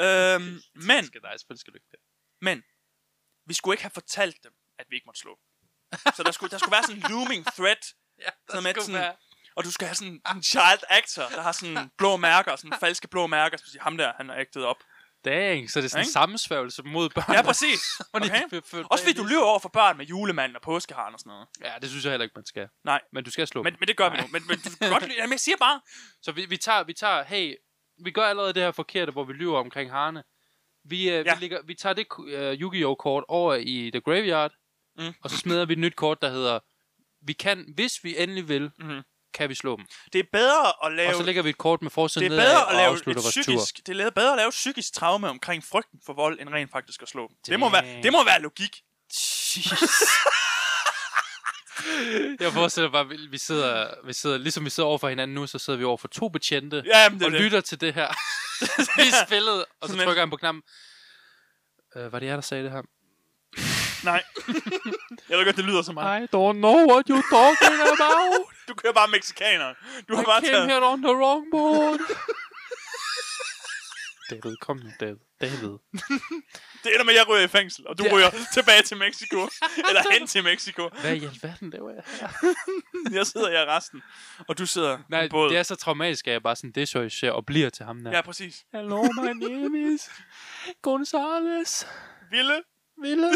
Speaker 2: øhm, men
Speaker 1: Skal dig, selvfølgelig skal du ikke det.
Speaker 2: vi skulle ikke have fortalt dem, at vi ikke måtte slå. Så der skulle, der skulle være sådan en looming threat,
Speaker 1: Ja, der
Speaker 2: Sådan med
Speaker 1: skulle
Speaker 2: sådan-
Speaker 1: være-
Speaker 2: og du skal have sådan en child actor, der har sådan blå mærker, sådan falske blå mærker, så du siger, ham der, han har ægtet op.
Speaker 1: Dang, så det er sådan en
Speaker 2: Ikke?
Speaker 1: sammensværgelse mod børn.
Speaker 2: Ja, præcis.
Speaker 1: Fordi
Speaker 2: Okay.
Speaker 1: de bliver født
Speaker 2: Også fordi
Speaker 1: bagud.
Speaker 2: du lyver over for børn med julemanden og påskeharen og sådan noget.
Speaker 1: Ja, det synes jeg heller ikke, man skal.
Speaker 2: Nej.
Speaker 1: Men du skal slå
Speaker 2: Men,
Speaker 1: men...
Speaker 2: men det gør vi nu. Men, men du kan godt lyve. Jamen, jeg siger bare,
Speaker 1: Så vi, vi, tager, vi tager, hey, vi gør allerede det her forkerte, hvor vi lyver omkring harne. Vi, øh, ja.
Speaker 2: Ja.
Speaker 1: vi, ligger, vi tager det øh, Yu-Gi-Oh! kort over i The Graveyard, mm.
Speaker 2: Mm.
Speaker 1: og så smider vi et nyt kort, der hedder, vi kan, hvis vi endelig vil, mm.
Speaker 2: Mhm.
Speaker 1: kan vi slå dem.
Speaker 2: det er bedre at lave...
Speaker 1: Og så lægger vi et kort med forsiden
Speaker 2: det er
Speaker 1: nedad
Speaker 2: bedre at
Speaker 1: og
Speaker 2: lave
Speaker 1: afslutter
Speaker 2: et
Speaker 1: vores tur.
Speaker 2: psykisk, det er lavet bedre at lave et psykisk traume omkring frygten for vold, end rent faktisk at slå dem. Det må,
Speaker 1: Damn.
Speaker 2: være, det må være logik.
Speaker 1: Jeg forestiller bare, vi- vi sidder, vi sidder, ligesom vi sidder over for hinanden nu, så sidder vi over for to betjente,
Speaker 2: Ja, men det
Speaker 1: og
Speaker 2: er det.
Speaker 1: lytter til det her. vi spillede, og så
Speaker 2: Sådan
Speaker 1: trykker han på knappen. Øh, var det jer, der sagde det her?
Speaker 2: Nej. jeg ved godt, det lyder så meget.
Speaker 1: I don't know what you're talking about.
Speaker 2: Du kører bare mexikaner. Du har
Speaker 1: I
Speaker 2: bare
Speaker 1: came
Speaker 2: taget...
Speaker 1: here on the wrong board. David, kom nu, David. David.
Speaker 2: Det ender med, at jeg ryger i fængsel, og du
Speaker 1: Det-
Speaker 2: ryger tilbage til Mexico. eller hen til Mexico.
Speaker 1: Hvad i alverden laver jeg her?
Speaker 2: Jeg sidder i resten, og du sidder i
Speaker 1: Nej,
Speaker 2: en båd.
Speaker 1: det er så traumatisk, at jeg bare sådan desorienterer og bliver til ham der.
Speaker 2: Ja, præcis.
Speaker 1: Hello, my name is Gonzales
Speaker 2: Ville.
Speaker 1: Ville.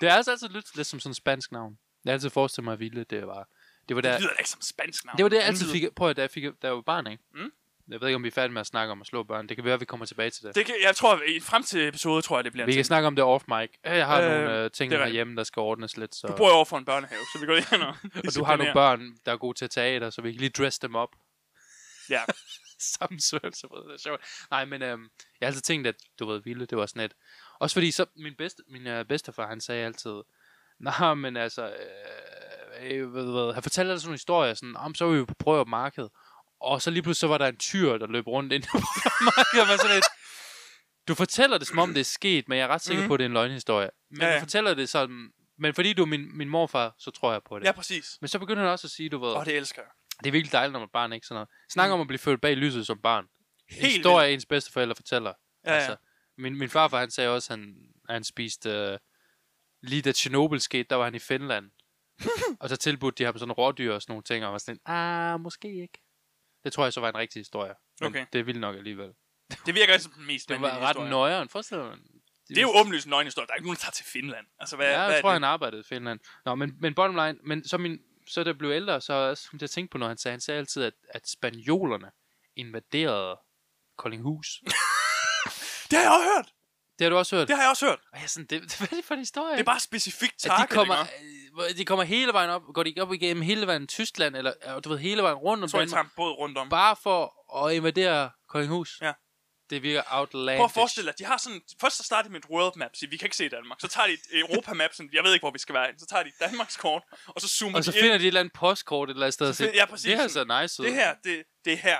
Speaker 1: det er altså altid lidt, lidt som sådan en spansk navn. Jeg har altid forestillet mig, at Ville, det var... Det var der,
Speaker 2: Det lyder da ikke som spansk navn.
Speaker 1: Det var det, jeg altid
Speaker 2: lyder-
Speaker 1: fik... Prøv at da jeg fik, da jeg var barn, ikke?
Speaker 2: Mm.
Speaker 1: Jeg ved ikke, om vi er færdige med at snakke om at slå børn. Det kan være, at vi kommer tilbage til det. det
Speaker 2: Det kan, jeg tror, i en fremtidig episode, tror jeg, det bliver
Speaker 1: vi
Speaker 2: en
Speaker 1: kan
Speaker 2: ting.
Speaker 1: snakke om det off mic. Øh, Jeg har øh,
Speaker 2: Øh,
Speaker 1: nogle øh, ting
Speaker 2: det er rigtigt.
Speaker 1: herhjemme, der skal ordnes lidt. Så...
Speaker 2: Du bor jo over for en børnehave, så vi går ind og...
Speaker 1: og du har nogle børn, der er gode til teater, så vi kan lige dress dem op.
Speaker 2: Ja.
Speaker 1: Samme svømmelse, det er sjovt. Nej, men øhm, jeg har altid tænkt, at du ved, Ville, det var sådan et... Også fordi så, min, bedste, min øh, bedstefar, han sagde altid, nej, men altså, øh, øh, ved, ved, han fortalte altid sådan nogle historier, sådan, om så var vi på prøve op markedet, og så lige pludselig så var der en tyr, der løb rundt ind på markedet, og var sådan et, du fortæller det, som om det er sket, men jeg er ret sikker mm.
Speaker 2: Mhm.
Speaker 1: på, at det er en løgnhistorie. Men ja,
Speaker 2: Ja,
Speaker 1: ja.
Speaker 2: ja.
Speaker 1: du fortæller det sådan, men fordi du er min, min morfar, så tror jeg på det.
Speaker 2: ja, præcis.
Speaker 1: Men så begynder han også at sige, du ved,
Speaker 2: Og det Mhm. elsker jeg.
Speaker 1: det er virkelig dejligt, når man er barn, ikke sådan noget. Snak om at blive født bag lyset som barn. Helt
Speaker 2: vildt.
Speaker 1: Historie altså. ens bedsteforældre fortæller.
Speaker 2: Ja, ja.
Speaker 1: min, min farfar, han sagde også, han, han spiste... Øh, lige da Tjernobyl skete, der var han i Finland. og så tilbudte de ham sådan rådyr og sådan nogle ting, og han var sådan, lidt, ah, måske ikke. Det tror jeg så var en rigtig historie. Men
Speaker 2: Okay.
Speaker 1: det er vildt nok alligevel.
Speaker 2: Det virker ikke som den mest
Speaker 1: Det
Speaker 2: vanvittige
Speaker 1: var ret
Speaker 2: historie.
Speaker 1: nøjeren, forestil dig.
Speaker 2: Det er jo åbenlyst en løgnhistorie. Der er ikke nogen, der tager til Finland. Altså, hvad,
Speaker 1: Ja,
Speaker 2: hvad
Speaker 1: jeg tror,
Speaker 2: er
Speaker 1: han arbejdede i Finland. Nå, men, men bottom line, men så, min, så da jeg blev ældre, så som jeg tænkte på noget, han sagde, han sagde altid, at, at spanjolerne invaderede Koldinghus.
Speaker 2: det? Det har jeg også hørt.
Speaker 1: Det har du også hørt.
Speaker 2: Det har jeg også hørt.
Speaker 1: Og jeg er sådan, det, hvad er det for en historie?
Speaker 2: Det er bare specifikt
Speaker 1: at de
Speaker 2: target,
Speaker 1: kommer,
Speaker 2: ikke?
Speaker 1: øh, hvor- de kommer hele vejen op, går de ikke op igennem hele vejen Tyskland, eller øh, du ved, hele vejen rundt om
Speaker 2: Jeg tror, jeg
Speaker 1: Danmark,
Speaker 2: tager en båd rundt om.
Speaker 1: bare for at invadere Koldinghus.
Speaker 2: Ja.
Speaker 1: Det virker outlandish.
Speaker 2: Prøv at forestille dig, de har sådan, først så starter de med et world map, siger, vi kan ikke se Danmark. Så tager de et Europa map, sådan, jeg ved ikke, hvor vi skal være hen. Så tager de Danmarks kort, og så zoomer
Speaker 1: Og så
Speaker 2: de ind.
Speaker 1: finder de et eller andet postkort et eller andet sted og
Speaker 2: Så find-
Speaker 1: siger,
Speaker 2: ja, præcis.
Speaker 1: det her ser nice ud.
Speaker 2: Det her, det, det er her.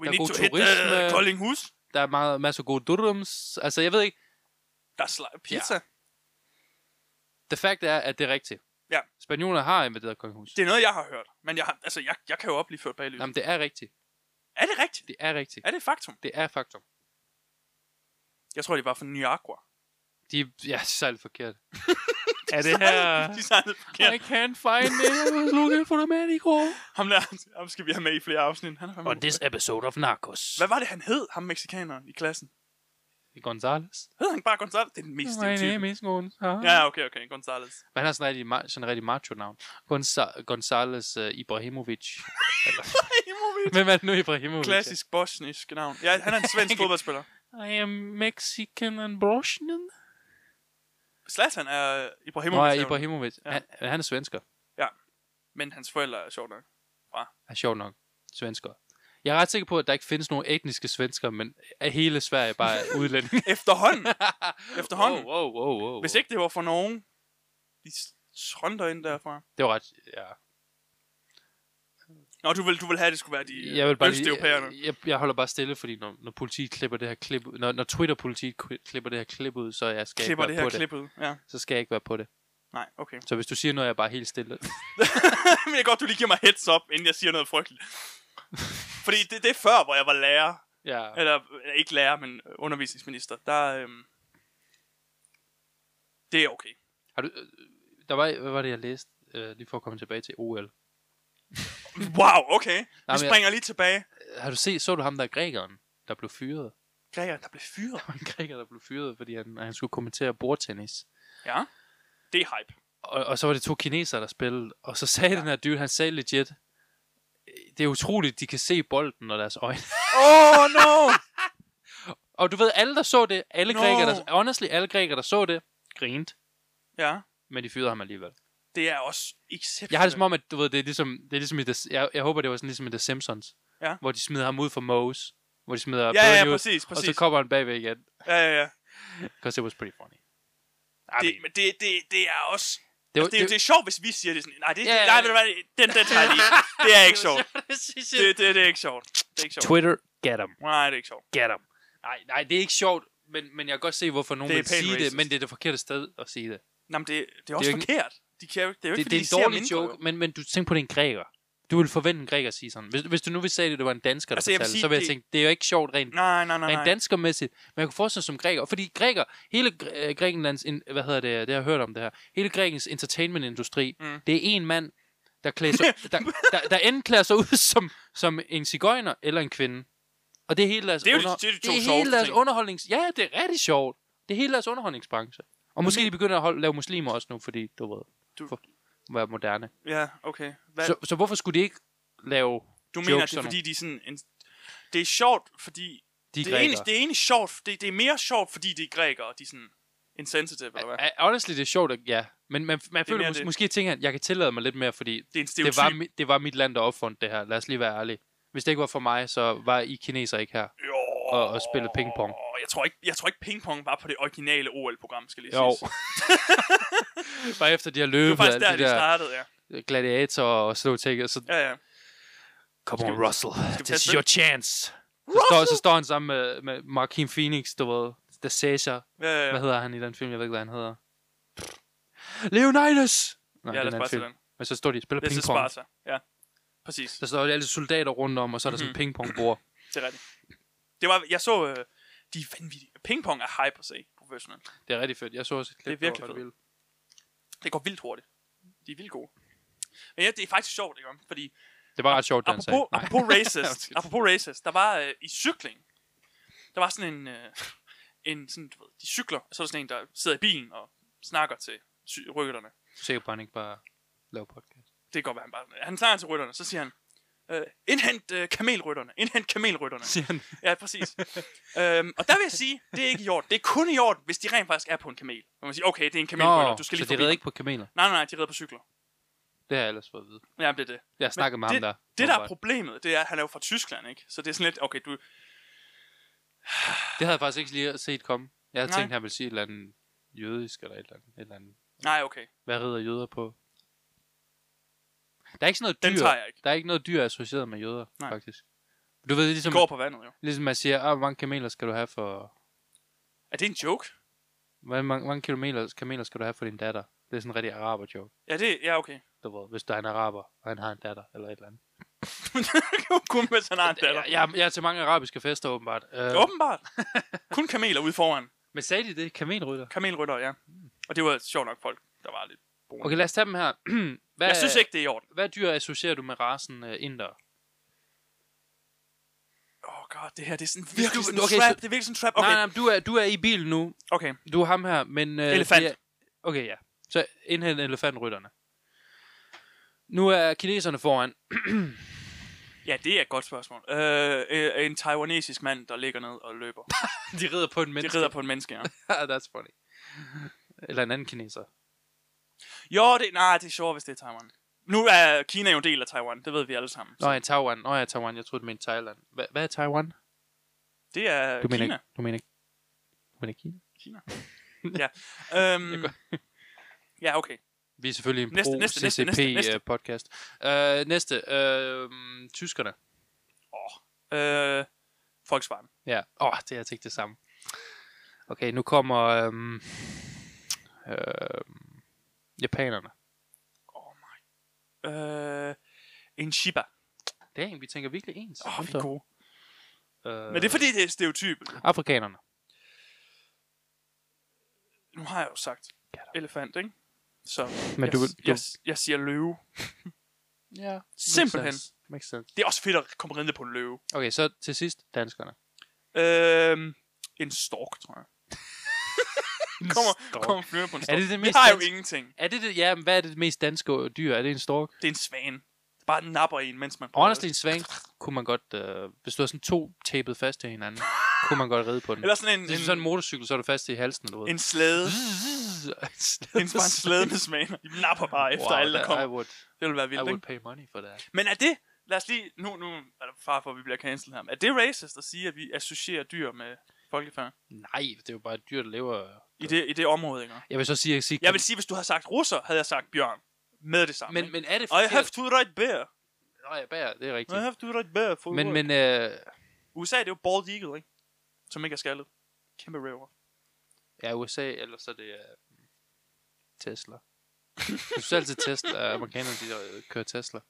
Speaker 2: We
Speaker 1: Der er
Speaker 2: need
Speaker 1: god
Speaker 2: to hit
Speaker 1: turisme.
Speaker 2: uh, Koldinghus.
Speaker 1: Der er meget, masser af gode durums. Altså, jeg ved ikke.
Speaker 2: Der er sli- pizza. Ja.
Speaker 1: The fact er, at det er rigtigt.
Speaker 2: Ja.
Speaker 1: Spanioler har invaderet kongehus.
Speaker 2: Det er noget, jeg har hørt. Men jeg, har, altså, jeg, jeg kan jo op lige før bag lyset.
Speaker 1: Jamen, det er rigtigt.
Speaker 2: Er det rigtigt?
Speaker 1: Det er rigtigt.
Speaker 2: Er det et faktum?
Speaker 1: Det er faktum.
Speaker 2: Jeg tror, det var fra Niagara.
Speaker 1: De ja, sejlet forkert. er det her...
Speaker 2: De sejlede forkert.
Speaker 1: I can't find it. I was looking for the man
Speaker 2: Ham, der, ham skal vi have med i flere afsnit. Han er fandme-
Speaker 1: On this episode of Narcos.
Speaker 2: Hvad var det, han hed, ham mexikaneren i klassen?
Speaker 1: Gonzales.
Speaker 2: Hed han bare Gonzalez? Det er den mest stereotype.
Speaker 1: is Gonzales.
Speaker 2: Ja, okay, okay, Gonzalez.
Speaker 1: Men han har sådan en rigtig, ma- sådan en rigtig macho-navn. Gonza- Gonzales uh, Ibrahimovic. Eller,
Speaker 2: Ibrahimovic.
Speaker 1: hvem er det nu, Ibrahimovic? er?
Speaker 2: Klassisk bosnisk navn. Ja, han er en svensk fodboldspiller.
Speaker 1: I am Mexican and Bosnian.
Speaker 2: Zlatan er
Speaker 1: Nå,
Speaker 2: Ibrahimovic,
Speaker 1: ja,
Speaker 2: Nå, Ibrahim.
Speaker 1: Ibrahimovic.
Speaker 2: Ja.
Speaker 1: Ja. Han, han er svensker.
Speaker 2: men hans forældre er sjovt nok.
Speaker 1: er sjovt nok svensker. Jeg er ret sikker på, at der ikke findes nogen etniske svensker, men at hele Sverige bare er udlændinge.
Speaker 2: Efterhånden, Efterhånden.
Speaker 1: Wow, wow, wow, wow.
Speaker 2: hvis ikke det var for nogen, de trønder ind derfra.
Speaker 1: Det var ret... Ja.
Speaker 2: Nå, du vil, du vil have, at det skulle være de
Speaker 1: Jeg, vil bare lige,
Speaker 2: østeuropæerne.
Speaker 1: jeg, jeg, holder bare stille, fordi når, når politiet klipper det her klip ud, når, når Twitter-politiet kli- klipper det her klip ud, så jeg skal
Speaker 2: Klipper
Speaker 1: ikke
Speaker 2: det
Speaker 1: være
Speaker 2: her
Speaker 1: på det.
Speaker 2: klip ud. Ja.
Speaker 1: Så skal jeg ikke være på det.
Speaker 2: Nej, okay.
Speaker 1: Så hvis du siger noget, er jeg bare helt stille.
Speaker 2: Men jeg kan godt, du lige giver mig heads up, inden jeg siger noget frygteligt. Fordi det, det er før, hvor jeg var lærer.
Speaker 1: ja.
Speaker 2: Eller øh, ikke lærer, men øh, undervisningsminister. Der, øhm, det er okay.
Speaker 1: Har du, øh, der var, hvad var det, jeg læste? Øh, lige for at komme tilbage til OL.
Speaker 2: Wow, okay.
Speaker 1: men
Speaker 2: Vi
Speaker 1: jeg-
Speaker 2: springer lige tilbage.
Speaker 1: Har du set, så du ham der grækeren, der blev fyret?
Speaker 2: Greger, der blev fyret.
Speaker 1: Der var en græker, der blev fyret, fordi han, han skulle kommentere bordtennis.
Speaker 2: Ja. Det er hype.
Speaker 1: og, og så var det to kinesere, der spillede, og så sagde ja. den her dude, han sagde legit, "Øh, det er utroligt, de kan se bolden og deres øjne.
Speaker 2: Åh, oh, no!
Speaker 1: Og du ved, alle der så det, alle
Speaker 2: Nå.
Speaker 1: no. grækere, der, honestly, alle grækere, der så det, grinte,
Speaker 2: ja,
Speaker 1: men de fyrede ham alligevel.
Speaker 2: det er også
Speaker 1: Jeg har
Speaker 2: exceptionelt.
Speaker 1: det som om, at du ved, det er ligesom, det er ligesom i The, jeg, jeg håber, det var sådan ligesom i The Simpsons,
Speaker 2: Ja.
Speaker 1: hvor de smider ham ud for Moe's, hvor de smider
Speaker 2: Ja, ja,
Speaker 1: Bernie ud,
Speaker 2: præcis,
Speaker 1: og
Speaker 2: præcis.
Speaker 1: så kommer han bagved igen,
Speaker 2: Ja, ja, ja.
Speaker 1: because it was pretty funny. I
Speaker 2: Det,
Speaker 1: mean,
Speaker 2: men det, det, det er også...
Speaker 1: det,
Speaker 2: Det, altså, det, det, det, er sjovt, hvis vi siger det sådan. Nej, det,
Speaker 1: Ja,
Speaker 2: ja,
Speaker 1: ja,
Speaker 2: nej,
Speaker 1: ja.
Speaker 2: ved du hvad, den der tager jeg lige. Det er ikke sjovt.
Speaker 1: sjovt.
Speaker 2: Det, det, det er ikke sjovt. Det er ikke sjovt.
Speaker 1: Twitter, get him.
Speaker 2: Nej, det er ikke sjovt.
Speaker 1: get them. Nej, nej, det er ikke sjovt, men, men jeg kan godt se, hvorfor nogen
Speaker 2: Det er
Speaker 1: vil
Speaker 2: pænt
Speaker 1: sige
Speaker 2: racist.
Speaker 1: det, men det er det forkerte sted at sige det.
Speaker 2: Jamen, det, det er også
Speaker 1: jo
Speaker 2: det
Speaker 1: ikke-
Speaker 2: er forkert. De kan, jo ikke- det er jo ikke,
Speaker 1: Det, det er
Speaker 2: fordi, de
Speaker 1: en
Speaker 2: ser
Speaker 1: dårlig
Speaker 2: mindre,
Speaker 1: joke,
Speaker 2: jo.
Speaker 1: men, men du tænk på, det er en græker. Du ville forvente en græker at sige sådan. Hvis, hvis du nu ville sige, at det var en dansker, der
Speaker 2: Altså,
Speaker 1: altså,
Speaker 2: jeg vil
Speaker 1: fortalte,
Speaker 2: sige,
Speaker 1: så ville jeg
Speaker 2: det-
Speaker 1: tænke, det er jo ikke sjovt rent,
Speaker 2: Nej, nej, nej,
Speaker 1: rent
Speaker 2: nej.
Speaker 1: danskermæssigt. Men jeg kunne forestille mig som græker, fordi græker, hele Gr- øh, Grækenlands, in- hvad hedder det, det har jeg hørt om det her, hele Grækens entertainmentindustri,
Speaker 2: Mm.
Speaker 1: mm. det er en mand, der, klæder sig, der, der, der enten klæder sig ud som, som en cigøjner eller en kvinde. Og det er hele deres,
Speaker 2: Det er jo de- det er de to
Speaker 1: det er
Speaker 2: sjoveste
Speaker 1: hele deres
Speaker 2: ting.
Speaker 1: underholdnings... Ja, det er rigtig sjovt. Det er hele deres underholdningsbranche. Og måske de begynder at holde, lave muslimer også nu, fordi du ved,
Speaker 2: Mm-hmm. Du-
Speaker 1: du... For, være moderne.
Speaker 2: Ja, okay. Hvad,
Speaker 1: Så, så, hvorfor skulle de ikke lave
Speaker 2: du
Speaker 1: jokes
Speaker 2: mener, det er
Speaker 1: sådan
Speaker 2: fordi, de er sådan... En, det er sjovt, fordi...
Speaker 1: nogle- de
Speaker 2: Det er, egentlig,
Speaker 1: grækere?
Speaker 2: det er egentlig sjovt. Det, det er mere sjovt, fordi de er grækere, og de er sådan insensitive, eller hvad?
Speaker 1: Ja, Honestly, det er sjovt, at, ja. Men man, man
Speaker 2: mere
Speaker 1: føler,
Speaker 2: det.
Speaker 1: mås- måske tænker han, jeg kan tillade mig lidt mere, fordi
Speaker 2: Det er en stereotyp.
Speaker 1: det var, mi- det var mit land, der opfandt det her. Lad os lige være ærlige. Hvis det ikke var for mig, så var I kineser ikke her.
Speaker 2: Jo.
Speaker 1: Og- og spillet pingpong.
Speaker 2: Jeg tror ikke, jeg tror ikke pingpong var på det originale OL-program, skal lige
Speaker 1: Jo.
Speaker 2: sige.
Speaker 1: Bare efter de har
Speaker 2: Det var
Speaker 1: løbet,
Speaker 2: faktisk
Speaker 1: alle
Speaker 2: der,
Speaker 1: de
Speaker 2: det
Speaker 1: der
Speaker 2: startede, ja.
Speaker 1: gladiatorer og sådan nogle ting, og så
Speaker 2: Ja, ja.
Speaker 1: Come
Speaker 2: Skal
Speaker 1: on,
Speaker 2: vi-
Speaker 1: Russell.
Speaker 2: tage et
Speaker 1: This is
Speaker 2: spil?
Speaker 1: your chance. Så
Speaker 2: Russell!
Speaker 1: står, så står han sammen med, med Joaquin Phoenix, du ved. The Caesar.
Speaker 2: ja, ja, ja.
Speaker 1: Hvad hedder han i den film? Jeg ved ikke, hvad han hedder. Leonidas! Nej, det
Speaker 2: ja
Speaker 1: er
Speaker 2: lad
Speaker 1: en
Speaker 2: os
Speaker 1: anden
Speaker 2: bare se
Speaker 1: film.
Speaker 2: den.
Speaker 1: Men så står de og spiller
Speaker 2: This is
Speaker 1: pingpong.
Speaker 2: Sparta. Ja, præcis.
Speaker 1: Så står der alle soldater rundt om, og så er der
Speaker 2: Mhm.
Speaker 1: sådan en pingpongbord.
Speaker 2: Det er rigtigt. Det var, jeg så, øh, de er vanvittige. Pingpong er hype at se professionelt.
Speaker 1: Det er rigtig fedt. Jeg så også et klip.
Speaker 2: Det er
Speaker 1: der var
Speaker 2: virkelig
Speaker 1: ret
Speaker 2: fedt.
Speaker 1: vildt.
Speaker 2: Det går vildt hurtigt. De er vildt gode. Men ja, det er faktisk sjovt, ikke? om? Fordi
Speaker 1: Det var ret sjovt, det han sagde.
Speaker 2: apropos,
Speaker 1: Nej.
Speaker 2: apropos racist,
Speaker 1: Undskyld.
Speaker 2: apropos racist, der var øh, i cykling, der var sådan en, øh, en sådan, du ved, de cykler, og så er der sådan en, der sidder i bilen og snakker til sy- rytterne.
Speaker 1: Sikker på, at han ikke bare laver podcast.
Speaker 2: Det kan godt være, han bare... Han snakker til rytterne, så siger han, øh, indhent øh, kamelrytterne, indhent kamelrytterne.
Speaker 1: Siger han.
Speaker 2: Ja, præcis. øhm, og der vil jeg sige, det er ikke i orden. Det er kun i orden, hvis de rent faktisk er på en kamel. Hvor man siger, okay, det er en kamelrytter,
Speaker 1: Nå,
Speaker 2: du skal
Speaker 1: så
Speaker 2: lige
Speaker 1: de
Speaker 2: forbi.
Speaker 1: redder ikke på kameler.
Speaker 2: Nej, nej, nej, de rider på cykler.
Speaker 1: Det har jeg ellers fået at vide.
Speaker 2: Ja, det er det.
Speaker 1: Jeg har snakket med
Speaker 2: det,
Speaker 1: ham der.
Speaker 2: Det, der er
Speaker 1: åbenbart.
Speaker 2: problemet, det er, at han er jo fra Tyskland, ikke? Så det er sådan lidt, okay, du...
Speaker 1: Det havde jeg faktisk ikke lige set komme. Jeg havde
Speaker 2: Nej.
Speaker 1: Nej. tænkt, at han ville sige et eller andet jødisk, eller et eller andet. Et eller andet.
Speaker 2: Nej, okay.
Speaker 1: Hvad rider jøder på? Der er ikke sådan noget
Speaker 2: Den
Speaker 1: dyr.
Speaker 2: tager jeg ikke.
Speaker 1: Der er ikke noget dyr associeret med jøder,
Speaker 2: Nej.
Speaker 1: Nej. faktisk. Du ved,
Speaker 2: Det
Speaker 1: ligesom,
Speaker 2: går på vandet jo.
Speaker 1: ligesom man siger, "Ah, hvor mange kameler skal du have for...
Speaker 2: Er det en joke?
Speaker 1: Hvor mange, mange kilometer, kameler skal du have for din datter? Det er sådan en rigtig araber joke.
Speaker 2: Ja, det ja, okay.
Speaker 1: Du ved, hvis du er en araber, og han har en datter, eller et eller andet.
Speaker 2: Kun mens han har en datter.
Speaker 1: Jeg, jeg, jeg er til mange arabiske fester, åbenbart. Øh,
Speaker 2: Åbenbart. Kun kameler ude foran.
Speaker 1: men sagde de det? Kamelrytter?
Speaker 2: Kamelrytter, ja. Og det var sjovt nok folk, der var lidt brune.
Speaker 1: Okay, lad os tage dem her. hvad,
Speaker 2: Jeg synes ikke, det er i orden.
Speaker 1: Hvad dyr associerer du med rasen uh, inder?
Speaker 2: Åh, oh god, det her, det er sådan
Speaker 1: Hvis
Speaker 2: virkelig
Speaker 1: du-
Speaker 2: sådan en
Speaker 1: okay,
Speaker 2: trap.
Speaker 1: så-
Speaker 2: Det er virkelig sådan en trap.
Speaker 1: Okay.
Speaker 2: Okay,
Speaker 1: Nej, nej, men du er, du er i bil nu.
Speaker 2: okay.
Speaker 1: Du er ham her, men... Uh,
Speaker 2: Elefant.
Speaker 1: Er... Okay, ja. Så indhent elefantrytterne. Nu er kineserne foran.
Speaker 2: Ja, det er et godt spørgsmål. Øh, øh, en taiwanesisk mand, der ligger ned og løber.
Speaker 1: De rider på en
Speaker 2: Det
Speaker 1: menneske.
Speaker 2: rider på en menneske, ja.
Speaker 1: That's funny. Eller en anden kineser.
Speaker 2: Jo, det, nej, det er sjovt, hvis det er Taiwan. Nu er Kina jo en del af Taiwan, det ved vi alle sammen.
Speaker 1: Nå ja, Taiwan. Nå ja, Taiwan. Jeg troede, du mente Thailand. Hva, hvad er Taiwan?
Speaker 2: Det er
Speaker 1: Du
Speaker 2: Øh, Kina.
Speaker 1: mener, Du mener, du mener Kina?
Speaker 2: Kina. ja. Øhm, ja, okay.
Speaker 1: Vi er selvfølgelig en
Speaker 2: Næste, næste, næste, næste, næste.
Speaker 1: pro-CCP-podcast. Næste, øh, næste. Uh, næste uh, tyskerne.
Speaker 2: Øh, Volkswagen.
Speaker 1: Ja, åh, oh, det er altså ikke det samme. Okay, nu kommer øhm, øhm, japanerne.
Speaker 2: Øh, en Shiba.
Speaker 1: Det er en, vi tænker virkelig ens.
Speaker 2: Åh, oh,
Speaker 1: Hold
Speaker 2: vi
Speaker 1: da
Speaker 2: er
Speaker 1: op.
Speaker 2: gode.
Speaker 1: øh,
Speaker 2: Men det er fordi, det er stereotypet.
Speaker 1: Afrikanerne.
Speaker 2: Nu har jeg jo sagt
Speaker 1: Katter.
Speaker 2: elefant, ikke? Så
Speaker 1: Men
Speaker 2: jeg,
Speaker 1: du,
Speaker 2: s-
Speaker 1: du,
Speaker 2: jeg, s- jeg siger løve.
Speaker 1: ja, makes
Speaker 2: Simpelthen.
Speaker 1: sense. Makes sense.
Speaker 2: Det er også fedt at komme rinde på en løve.
Speaker 1: Okay, så til sidst danskerne.
Speaker 2: Øh, en stork, tror jeg. kommer,
Speaker 1: stork.
Speaker 2: kommer flyve på en stork.
Speaker 1: Er det det
Speaker 2: Vi
Speaker 1: mest
Speaker 2: har jo
Speaker 1: dansk-
Speaker 2: ingenting.
Speaker 1: Er det det, ja, men hvad er det mest danske dyr? Er det en stork?
Speaker 2: Det er en svane. Det bare napper en, mens man prøver.
Speaker 1: Honestly, en svang kunne man godt, øh, hvis du har sådan to tapet fast til hinanden, kunne man godt ride på den.
Speaker 2: Eller sådan en,
Speaker 1: Hvis du er sådan en
Speaker 2: en,
Speaker 1: motorcykel, så er du fast i halsen, du ved.
Speaker 2: en slæde.
Speaker 1: en,
Speaker 2: En, bare en slæde med svaner. De napper bare efter wow, alle, der
Speaker 1: that-
Speaker 2: kommer.
Speaker 1: I would,
Speaker 2: Det ville være
Speaker 1: I
Speaker 2: vildt,
Speaker 1: would
Speaker 2: ikke?
Speaker 1: pay money for that.
Speaker 2: Men er det... Lad os lige... Nu, nu er der far for, at vi bliver cancelled her. men Er det racist at sige, at vi associerer dyr med folkefærd?
Speaker 1: Nej, det er jo bare et dyr, der lever...
Speaker 2: I det, I det område, ikke?
Speaker 1: Jeg vil så sige, jeg siger,
Speaker 2: Jeg vil sige, hvis du havde sagt russer, havde jeg sagt bjørn. Med det samme,
Speaker 1: men, men er det
Speaker 2: I have
Speaker 1: forkert?
Speaker 2: to right bear.
Speaker 1: Nå, ja, bær, det er
Speaker 2: I
Speaker 1: rigtigt.
Speaker 2: have to right bear for
Speaker 1: Men,
Speaker 2: work.
Speaker 1: men, øh,
Speaker 2: USA, det er jo bald eagle, ikke? Som ikke er skaldet. Kæmpe river.
Speaker 1: ja, USA, ellers så er det øh, Tesla. Jeg synes altid, Tesla, amerikanerne, de øh, kører Tesla.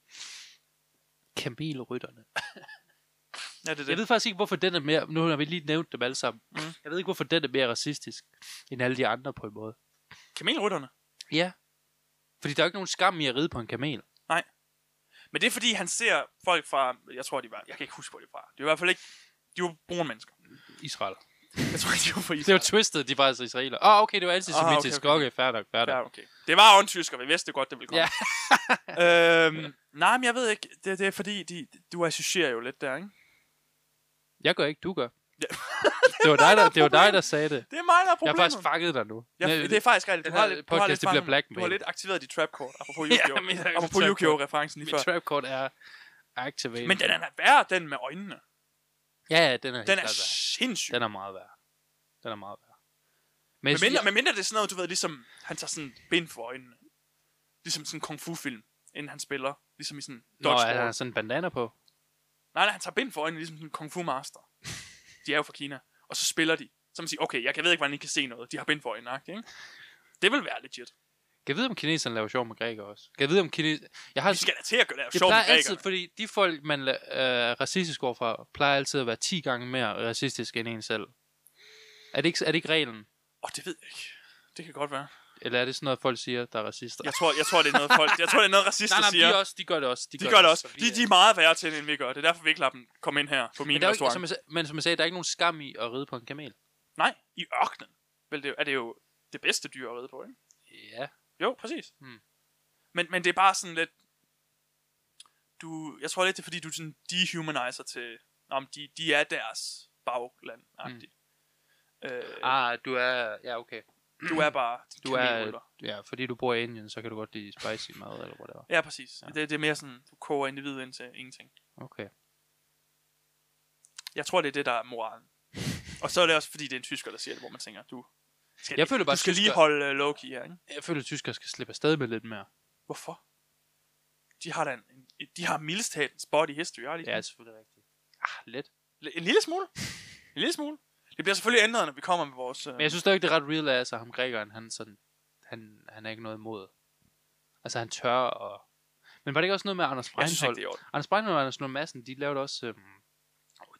Speaker 1: Kamelrytterne.
Speaker 2: Ja, det er det.
Speaker 1: Jeg ved faktisk ikke, hvorfor den er mere... Nu har vi lige nævnt dem alle sammen.
Speaker 2: Mm.
Speaker 1: Jeg ved ikke, hvorfor den er mere racistisk end alle de andre på en måde.
Speaker 2: Kamelrytterne.
Speaker 1: Ja. Fordi der er jo ikke nogen skam i at ride på en kamel.
Speaker 2: Men det er fordi, han ser folk fra... Jeg tror, de var... Jeg kan ikke huske, hvor de var. Det er i hvert fald ikke... De var brune mennesker.
Speaker 1: Israel.
Speaker 2: Jeg tror ikke, de var fra
Speaker 1: Det var
Speaker 2: Israel.
Speaker 1: twistet, de var altså israeler. Åh, oh, okay, det var antisemitisk.
Speaker 2: Ah,
Speaker 1: Ah, okay, okay. okay, fair nok, fair nok.
Speaker 2: Ja, okay. Det var åndtysker, vi vidste godt, det ville komme. Ja. øhm, nej, men jeg ved ikke. Det, det er fordi, de, du associerer jo lidt der, ikke?
Speaker 1: Jeg gør ikke, du gør.
Speaker 2: Ja.
Speaker 1: det, var dig, der, det var dig, der sagde det.
Speaker 2: Det er mig, der er
Speaker 1: Jeg har
Speaker 2: problemet.
Speaker 1: faktisk fanget dig nu.
Speaker 2: Ja,
Speaker 1: Nej,
Speaker 2: det er faktisk rigtigt. Du
Speaker 1: den
Speaker 2: har
Speaker 1: her
Speaker 2: lidt, du har
Speaker 1: podcast,
Speaker 2: lidt
Speaker 1: det bliver
Speaker 2: fanget-
Speaker 1: blackmail.
Speaker 2: Du har lidt aktiveret dit trap kort, apropos
Speaker 1: Ja,
Speaker 2: Yu-Gi-Oh!
Speaker 1: men jeg har
Speaker 2: apropos
Speaker 1: trap
Speaker 2: Yu-Gi-Oh! referencen lige
Speaker 1: Min
Speaker 2: før.
Speaker 1: trap kort er activeret.
Speaker 2: Men den er værre, den med øjnene.
Speaker 1: ja, ja, den er,
Speaker 2: Den
Speaker 1: helt
Speaker 2: er
Speaker 1: klart værd.
Speaker 2: sindssyg.
Speaker 1: den er meget værd. Den er meget værd. Men,
Speaker 2: Men mindre, men mindre det er sådan noget, du ved, ligesom han tager sådan bind for øjnene. Ligesom sådan en kung fu film, inden han spiller. Ligesom i sådan
Speaker 1: Nå,
Speaker 2: dodgeball.
Speaker 1: er der sådan en bandana på?
Speaker 2: Nej, nej, han tager bind for øjnene, ligesom sådan en kung fu master. De er jo fra Kina. Og så spiller de. Så man siger, okay, jeg kan- ved ikke, hvordan I kan se noget. De har bind for øjnene, ikke? Det vil være legit.
Speaker 1: Kan jeg vide, om kineserne laver sjov med grækere også? Kan jeg vide, om kineserne... Jeg har
Speaker 2: Vi skal da til at gøre det
Speaker 1: Jeg
Speaker 2: sjovt med
Speaker 1: Altså, plejer altid,
Speaker 2: grækerne.
Speaker 1: fordi de folk, man la- øh, er racistisk overfor, plejer altid at være 10 gange mere racistiske end en selv. Er det ikke, er det ikke reglen?
Speaker 2: Åh, oh, det ved jeg ikke. Det kan godt være.
Speaker 1: Eller er det sådan noget, folk siger, der er racister?
Speaker 2: Jeg tror, jeg tror det er noget folk, jeg tror, det er noget racister
Speaker 1: nej, nej,
Speaker 2: siger.
Speaker 1: de, også, de gør det også.
Speaker 2: De gør det også.
Speaker 1: fordi,
Speaker 2: De,
Speaker 1: øh,
Speaker 2: de er meget værre til, det, end vi gør. Det er derfor, vi ikke lader dem komme ind her på min
Speaker 1: men, der er jo ikke,
Speaker 2: restaurant.
Speaker 1: som jeg, sag- men som jeg sagde, der er ikke nogen skam i at ride på en kamel.
Speaker 2: Nej, i ørkenen vel, det, er det jo det bedste dyr at ride på, ikke?
Speaker 1: Ja.
Speaker 2: Jo, præcis.
Speaker 1: Hmm.
Speaker 2: Men, men det er bare sådan lidt... Du, jeg tror lidt, det er, fordi du sådan dehumaniser til... Om de, de er deres bagland mm. øh,
Speaker 1: Ah, du er... Ja, okay.
Speaker 2: Du er bare...
Speaker 1: Du er...
Speaker 2: kamelrytter.
Speaker 1: Ja, fordi du bor i Indien, så kan du godt lide spicy mad eller whatever.
Speaker 2: Ja, præcis. Ja. Det, det er mere sådan, du koger individet ind til ingenting.
Speaker 1: Okay.
Speaker 2: Jeg tror, det er det, der er moralen. Og så er det også, fordi det er en tysker, der siger det, hvor man tænker, du skal,
Speaker 1: Jeg føler bare,
Speaker 2: du skal lige
Speaker 1: tysker-
Speaker 2: holde uh, Loki her, ikke?
Speaker 1: Jeg føler, at tyskere skal slippe afsted med lidt mere.
Speaker 2: Hvorfor? De har da en, en de har mildest talt en spot i history, har de? ikke?
Speaker 1: Ja, altså- selvfølgelig rigtigt. Ah, lidt.
Speaker 2: L- En lille smule. En lille smule. Det bliver selvfølgelig ændret, når vi kommer med vores... Uh...
Speaker 1: Men jeg synes stadig, det er ret real af sig. Ham grækeren, han, sådan, han, han er ikke noget imod. Altså, han tør og... Men var det ikke også noget med Anders
Speaker 2: jeg synes ikke,
Speaker 1: Breinholt?
Speaker 2: det er i orden.
Speaker 1: Anders Breinholt og Anders Lund Madsen, de lavede også... Øhm,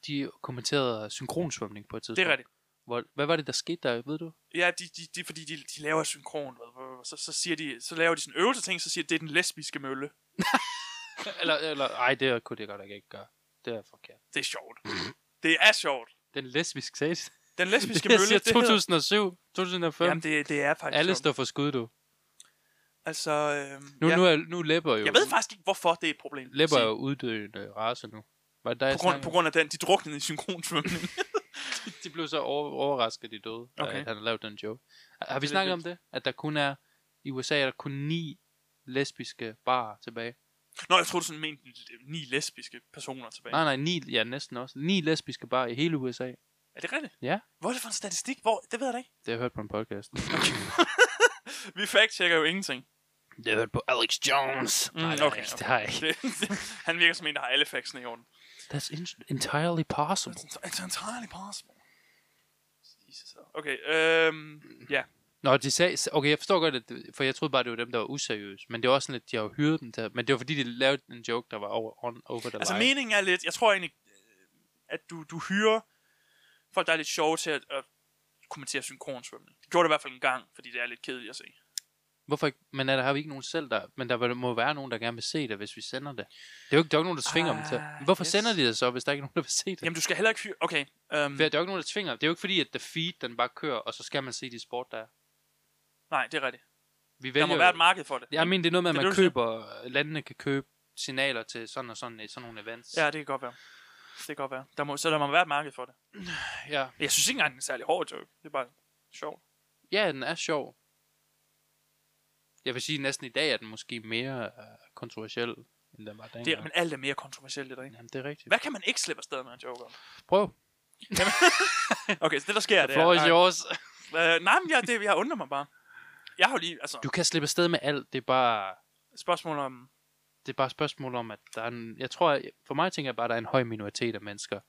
Speaker 1: de kommenterede synkronsvømning på et tidspunkt.
Speaker 2: Det er rigtigt.
Speaker 1: Hvor, hvad var det, der skete der, ved du?
Speaker 2: Ja, de, de, de, fordi de, de laver synkron, ved, ved, ved, så, så, siger de, så laver de sådan en øvelseting, så siger de, det er den lesbiske mølle.
Speaker 1: Eller, eller ej, det kunne det godt nok ikke gøre. Det er forkert.
Speaker 2: Det er sjovt. det er sjovt.
Speaker 1: Den lesbiske sex.
Speaker 2: Den lesbiske
Speaker 1: Jeg
Speaker 2: mølle,
Speaker 1: siger
Speaker 2: det hedder...
Speaker 1: 2007, 2005.
Speaker 2: Jamen, det, det er faktisk
Speaker 1: Alle
Speaker 2: sjovt.
Speaker 1: står for skud, du.
Speaker 2: Altså, øhm,
Speaker 1: Nu,
Speaker 2: ja.
Speaker 1: ja. nu, er, nu er læber jo...
Speaker 2: Jeg ved faktisk ikke, hvorfor det er et problem.
Speaker 1: Læber er
Speaker 2: Sige,
Speaker 1: jo uddøende race nu. Var det der,
Speaker 2: på, grund, på grund af den, de druknede i synkronsvømning.
Speaker 1: De blev så over, overrasket, de døde,
Speaker 2: Okay.
Speaker 1: okay. at han har lavet den joke. Har vi
Speaker 2: lidt
Speaker 1: snakket om det? At der kun er... I USA er der kun ni lesbiske barer tilbage.
Speaker 2: Nå, jeg troede, du sådan mente ni lesbiske personer tilbage.
Speaker 1: Nej, nej, ni, ja, næsten også. Ni lesbiske barer i hele USA.
Speaker 2: Er det rigtigt?
Speaker 1: Ja.
Speaker 2: Hvor er det for en statistik? Hvor? Det ved jeg da ikke.
Speaker 1: Det har jeg hørt på en podcast.
Speaker 2: Vi fact-checker jo ingenting.
Speaker 1: Det har jeg hørt på Alex Jones.
Speaker 2: Mm,
Speaker 1: nej, nej,
Speaker 2: okay,
Speaker 1: okay, det har jeg ikke.
Speaker 2: Det, det, han virker som en, der har alle factsene i orden.
Speaker 1: That's in- entirely possible.
Speaker 2: It's, it's entirely possible. Jesus. Okay, øhm, ja.
Speaker 1: Nå, de sagde, okay, jeg forstår godt, at, det- for jeg troede bare, det var dem, der var useriøse. Men det var også sådan lidt, de har jo hyret dem til, men det var fordi, de lavede en joke, der var over, on, over the
Speaker 2: Altså
Speaker 1: line.
Speaker 2: meningen er lidt, jeg tror egentlig, øh, at du, du hyrer folk, der er lidt sjove til at, at kommentere synkronsvømning. Det gjorde det i hvert fald en gang, fordi det er lidt kedeligt at se.
Speaker 1: Hvorfor ikke? Men er der, har vi ikke nogen selv, der... Men der vil- må være nogen, der gerne vil se det, hvis vi sender det. Det er jo ikke, der er jo ikke nogen, der tvinger ah, dem
Speaker 2: Ah,
Speaker 1: til. Hvorfor
Speaker 2: yes.
Speaker 1: yes. sender de det så, hvis der ikke er nogen, der vil se det? Jamen.
Speaker 2: Jamen, du skal heller ikke hyre... Okay, øhm,
Speaker 1: Der er jo ikke nogen, der tvinger. Det er jo ikke fordi, at the feed, den bare kører, og så skal man se de sport, der er.
Speaker 2: nej, det er rigtigt.
Speaker 1: Vi
Speaker 2: Der
Speaker 1: vælger
Speaker 2: må
Speaker 1: jo-
Speaker 2: være et marked for det.
Speaker 1: Jeg mener, det er noget med, at
Speaker 2: Det er
Speaker 1: man
Speaker 2: det, du siger.
Speaker 1: køber... Landene kan købe signaler til sådan og sådan, sådan nogle events.
Speaker 2: Ja, det kan godt være. Det kan godt være. Der må, så der må være et marked for det.
Speaker 1: ja.
Speaker 2: Men Jeg synes ikke engang, det er en særlig hård joke. Det er bare sjovt.
Speaker 1: ja den er sjov. Jeg vil sige, at næsten i dag er den måske mere øh, kontroversiel, end den var dengang.
Speaker 2: Det er, men alt er mere kontroversielt i dag.
Speaker 1: Jamen, det er rigtigt.
Speaker 2: Hvad kan man ikke slippe afsted med en joke om?
Speaker 1: Prøv.
Speaker 2: Okay, så det der sker, det
Speaker 1: Floor is
Speaker 2: er...
Speaker 1: yours.
Speaker 2: Nej, øh, nej men jeg, det, jeg undrer mig bare. Jeg har jo lige, altså,
Speaker 1: Du kan slippe afsted med alt. Det er bare...
Speaker 2: spørgsmål om...
Speaker 1: det er bare et spørgsmål om, at der er en, jeg tror, for mig tænker jeg bare, at der er en høj minoritet af mennesker.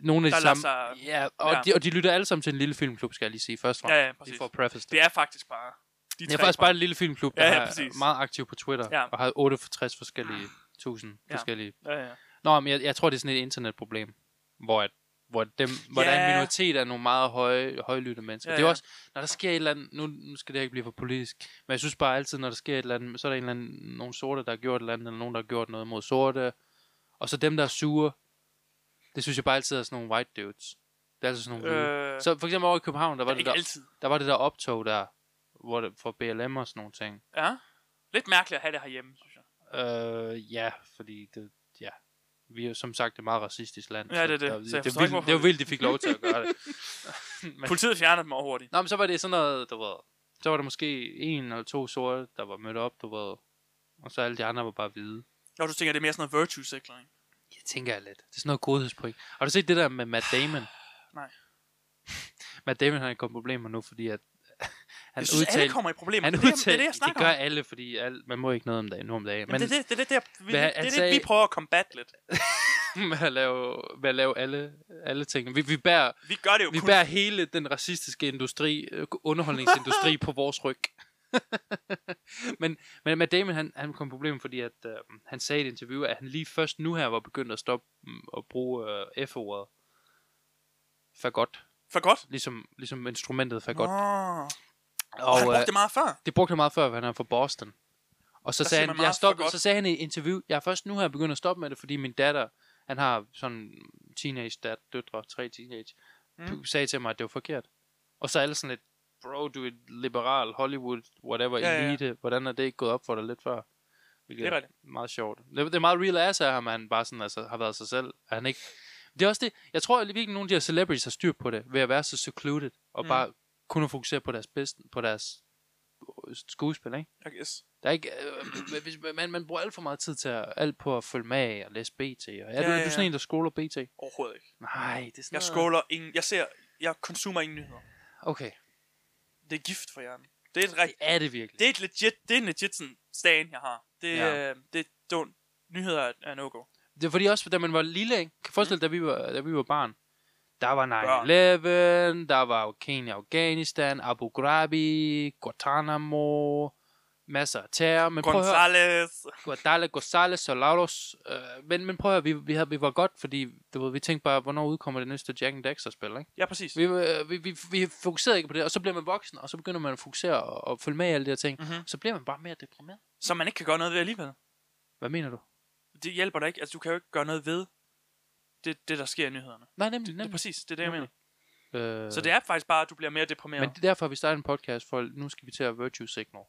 Speaker 1: Nogle af de
Speaker 2: Der lader
Speaker 1: samme,
Speaker 2: sig-
Speaker 1: ja, og,
Speaker 2: ja.
Speaker 1: ja. De, og de lytter alle sammen til en lille filmklub, skal jeg lige sige først.
Speaker 2: Ja, ja,
Speaker 1: de
Speaker 2: præcis.
Speaker 1: får preface
Speaker 2: Det er faktisk bare... De
Speaker 1: det er
Speaker 2: tre
Speaker 1: faktisk
Speaker 2: fra-
Speaker 1: bare en lille filmklub, der
Speaker 2: Ja, ja,
Speaker 1: ja, ja,
Speaker 2: præcis.
Speaker 1: er meget aktiv på Twitter,
Speaker 2: Ja.
Speaker 1: ja. og har 68 forskellige, 1000
Speaker 2: Ja.
Speaker 1: ja. forskellige.
Speaker 2: Ja, ja.
Speaker 1: Nå, men jeg, jeg tror, det er sådan et internetproblem, hvor, at, hvor, dem, hvor der er
Speaker 2: Ja.
Speaker 1: en minoritet af nogle meget høje, højlytte mennesker.
Speaker 2: Ja,
Speaker 1: Ja, det er
Speaker 2: ja.
Speaker 1: også, når der sker et eller andet, nu, nu skal det her ikke blive for politisk, men jeg synes bare altid, når der sker et eller andet, så er der en eller anden, nogle sorte, der har gjort et eller andet, eller nogen, der har gjort noget mod sorte, og så dem, der er sure, det synes jeg bare altid er sådan nogle white dudes. Det er altid sådan nogle hvide.
Speaker 2: Øh,
Speaker 1: Så for eksempel over i København, der var,
Speaker 2: var
Speaker 1: det
Speaker 2: ikke
Speaker 1: der,
Speaker 2: altid.
Speaker 1: der, var det der optog der, hvor det, for BLM og sådan nogle ting.
Speaker 2: Ja. Lidt mærkeligt at have det herhjemme, synes jeg.
Speaker 1: Øh, ja, fordi det, ja. Vi er jo som sagt et meget racistisk land.
Speaker 2: Ja, det er det.
Speaker 1: Der,
Speaker 2: Så
Speaker 1: det, det,
Speaker 2: jeg forstår
Speaker 1: er
Speaker 2: ikke,
Speaker 1: vildt,
Speaker 2: hvorfor
Speaker 1: det er jo
Speaker 2: vi-
Speaker 1: vildt, de fik lov til at gøre det. Men-
Speaker 2: Politiet fjernede dem overhurtigt.
Speaker 1: Nå, men så var det sådan noget, du ved. Så var der måske en eller to sorte, der var mødt op, du ved. Og så alle de andre var bare hvide.
Speaker 2: Når du tænker, det er mere sådan noget virtue signaling.
Speaker 1: Jeg tænker jeg lidt. Det er sådan noget godhedsprojekt. Har du set det der med Matt Damon?
Speaker 2: Nej.
Speaker 1: Matt Damon har kommet problemer nu, fordi at... Han
Speaker 2: Jeg synes, udtalt, alle
Speaker 1: udtalte...
Speaker 2: kommer i problemer.
Speaker 1: Han
Speaker 2: det, er, det er
Speaker 1: udtalte...
Speaker 2: det, jeg
Speaker 1: Det
Speaker 2: snakker
Speaker 1: gør
Speaker 2: om.
Speaker 1: alle, fordi al, man må ikke noget om dagen, nu om dagen.
Speaker 2: Men, det, er det, det, er det, der, vi,
Speaker 1: Hvad altså,
Speaker 2: det, er
Speaker 1: han
Speaker 2: det,
Speaker 1: sagde-
Speaker 2: vi prøver at combat lidt.
Speaker 1: med at lave, med at lave alle, alle tingene. Vi, vi, bærer,
Speaker 2: Vi gør det jo
Speaker 1: vi
Speaker 2: kun.
Speaker 1: bærer hele den racistiske industri, øh, underholdningsindustri på vores ryg. men, men Matt Damon, han, han kom problemet, fordi at, øh, han sagde i et interview, at han lige først nu her var begyndt at stoppe mm, at bruge øh, F-ordet. Fagot.
Speaker 2: For godt.
Speaker 1: Ligesom, ligesom instrumentet fagot.
Speaker 2: Godt. Oh. Og,
Speaker 1: Og,
Speaker 2: han
Speaker 1: øh,
Speaker 2: brugte det meget før.
Speaker 1: det brugte han meget før, for han er fra Boston. Og så
Speaker 2: Der siger
Speaker 1: sagde,
Speaker 2: man
Speaker 1: han,
Speaker 2: meget
Speaker 1: jeg
Speaker 2: for
Speaker 1: stop,
Speaker 2: godt.
Speaker 1: så sagde han i et interview, jeg er først nu her begyndt at stoppe med det, fordi min datter, han har sådan teenage dat, døtre, tre teenage,
Speaker 2: Mm.
Speaker 1: mm. sagde til mig, at det var forkert. Og så er alle sådan lidt, bro, du er et liberal, Hollywood, whatever,
Speaker 2: Ja,
Speaker 1: ja,
Speaker 2: ja.
Speaker 1: elite, hvordan er det ikke gået op for dig lidt før? Hvilket
Speaker 2: Det er rigtigt.
Speaker 1: meget sjovt. Det, det er meget real ass af ham, at han bare sådan, altså, har været sig selv. At han ikke... Det er også det, jeg tror at virkelig, nogle af de her celebrities har styr på det, ved at være så secluded, og
Speaker 2: Mm.
Speaker 1: mm. bare kunne fokusere på deres bedste, på deres øh, skuespil, ikke?
Speaker 2: I guess.
Speaker 1: Der er ikke, øh, hvis, man, man bruger alt for meget tid til at, alt på at følge med og læse BT. Og, er, ja, du,
Speaker 2: Ja,
Speaker 1: er
Speaker 2: ja.
Speaker 1: du sådan en, der scroller BT?
Speaker 2: Overhovedet ikke.
Speaker 1: Nej, det er sådan
Speaker 2: Jeg
Speaker 1: noget-
Speaker 2: scroller ingen... Jeg ser jeg konsumerer ingen nyheder.
Speaker 1: Okay,
Speaker 2: Det er gift for hjernen. Det er, et rigt,
Speaker 1: det er det virkelig.
Speaker 2: det er, et legit, det er en legit sådan, stand, jeg har. Det,
Speaker 1: Ja.
Speaker 2: ja. øh, det er don't. Nyheder er, er no-go.
Speaker 1: Det er fordi også, da man var lille, ikke? kan forestille dig, da vi var, da vi var barn. Der var 9-11,
Speaker 2: Mm. Børn.
Speaker 1: der var Kenya, Afghanistan, Abu Ghrabi, Guantanamo, masser af terror. Men prøv at høre,
Speaker 2: Gonzales.
Speaker 1: Guadalajara, Gonzales, Solaros. Øh, men, men prøv at høre, vi, vi, havde, vi var godt, fordi du ved, vi tænkte bare, hvornår udkommer det næste Jack and Daxter-spil, ikke?
Speaker 2: Ja, præcis.
Speaker 1: Vi, var- vi, vi, vi fokuserede ikke på det, og så bliver man voksen, og så begynder man at fokusere og, og følge med i alle de her ting.
Speaker 2: Mhm.
Speaker 1: Så bliver man bare mere deprimeret.
Speaker 2: Som man ikke kan gøre noget ved alligevel.
Speaker 1: Hvad mener du?
Speaker 2: Det hjælper dig ikke. Altså, du kan jo ikke gøre noget ved det, det der sker i nyhederne.
Speaker 1: Nej, nemlig,
Speaker 2: Det er
Speaker 1: nemlig.
Speaker 2: præcis, det er det, jeg
Speaker 1: Nemlig.
Speaker 2: mener.
Speaker 1: Øh,
Speaker 2: Så det er faktisk bare, at du bliver mere deprimeret.
Speaker 1: Men det er derfor, vi starter en podcast, for nu skal vi til at virtue signal.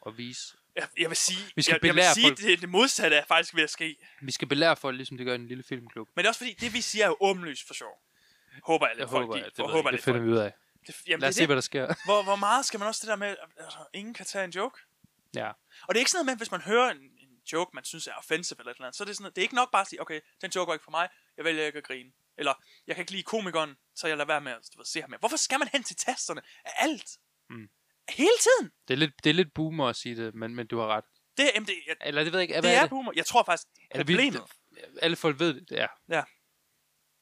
Speaker 1: Og vise.
Speaker 2: Jeg, jeg vil sige,
Speaker 1: Vi skal
Speaker 2: jeg, jeg vil
Speaker 1: belære
Speaker 2: sige
Speaker 1: folk.
Speaker 2: det, det modsatte er faktisk ved at ske.
Speaker 1: Vi skal belære folk, ligesom det gør i en lille filmklub.
Speaker 2: Men det er også fordi, det vi siger er jo åbenlyst for sjov. Håber jeg lidt,
Speaker 1: Jeg
Speaker 2: folk
Speaker 1: håber, at
Speaker 2: de-
Speaker 1: det,
Speaker 2: for-
Speaker 1: håber,
Speaker 2: håber
Speaker 1: det
Speaker 2: lidt,
Speaker 1: finder
Speaker 2: folk.
Speaker 1: vi ud af.
Speaker 2: Det, jamen,
Speaker 1: Lad os
Speaker 2: det er
Speaker 1: se,
Speaker 2: det.
Speaker 1: hvad der sker.
Speaker 2: Hvor, hvor meget skal man også det der med, altså, ingen kan tage en joke?
Speaker 1: ja.
Speaker 2: Og det er ikke sådan noget med, at hvis man hører en, en joke, man synes er offensive eller et eller andet, så er det sådan, at det er ikke nok bare at sige, okay, den joke var ikke for mig, jeg vælger ikke at grine. Eller, jeg kan ikke lide komikeren, så jeg lader være med at du ved, se ham mere. Hvorfor skal man hen til tasterne af alt?
Speaker 1: Mm.
Speaker 2: Hele tiden!
Speaker 1: Det er, lidt, det er lidt boomer at sige det, men, men du har ret.
Speaker 2: Det, jamen, det, jeg,
Speaker 1: Eller det ved jeg ikke. Hvad
Speaker 2: det
Speaker 1: er,
Speaker 2: er boomer. Jeg tror faktisk,
Speaker 1: Eller vi-
Speaker 2: problemet...
Speaker 1: Alle folk ved det, ja.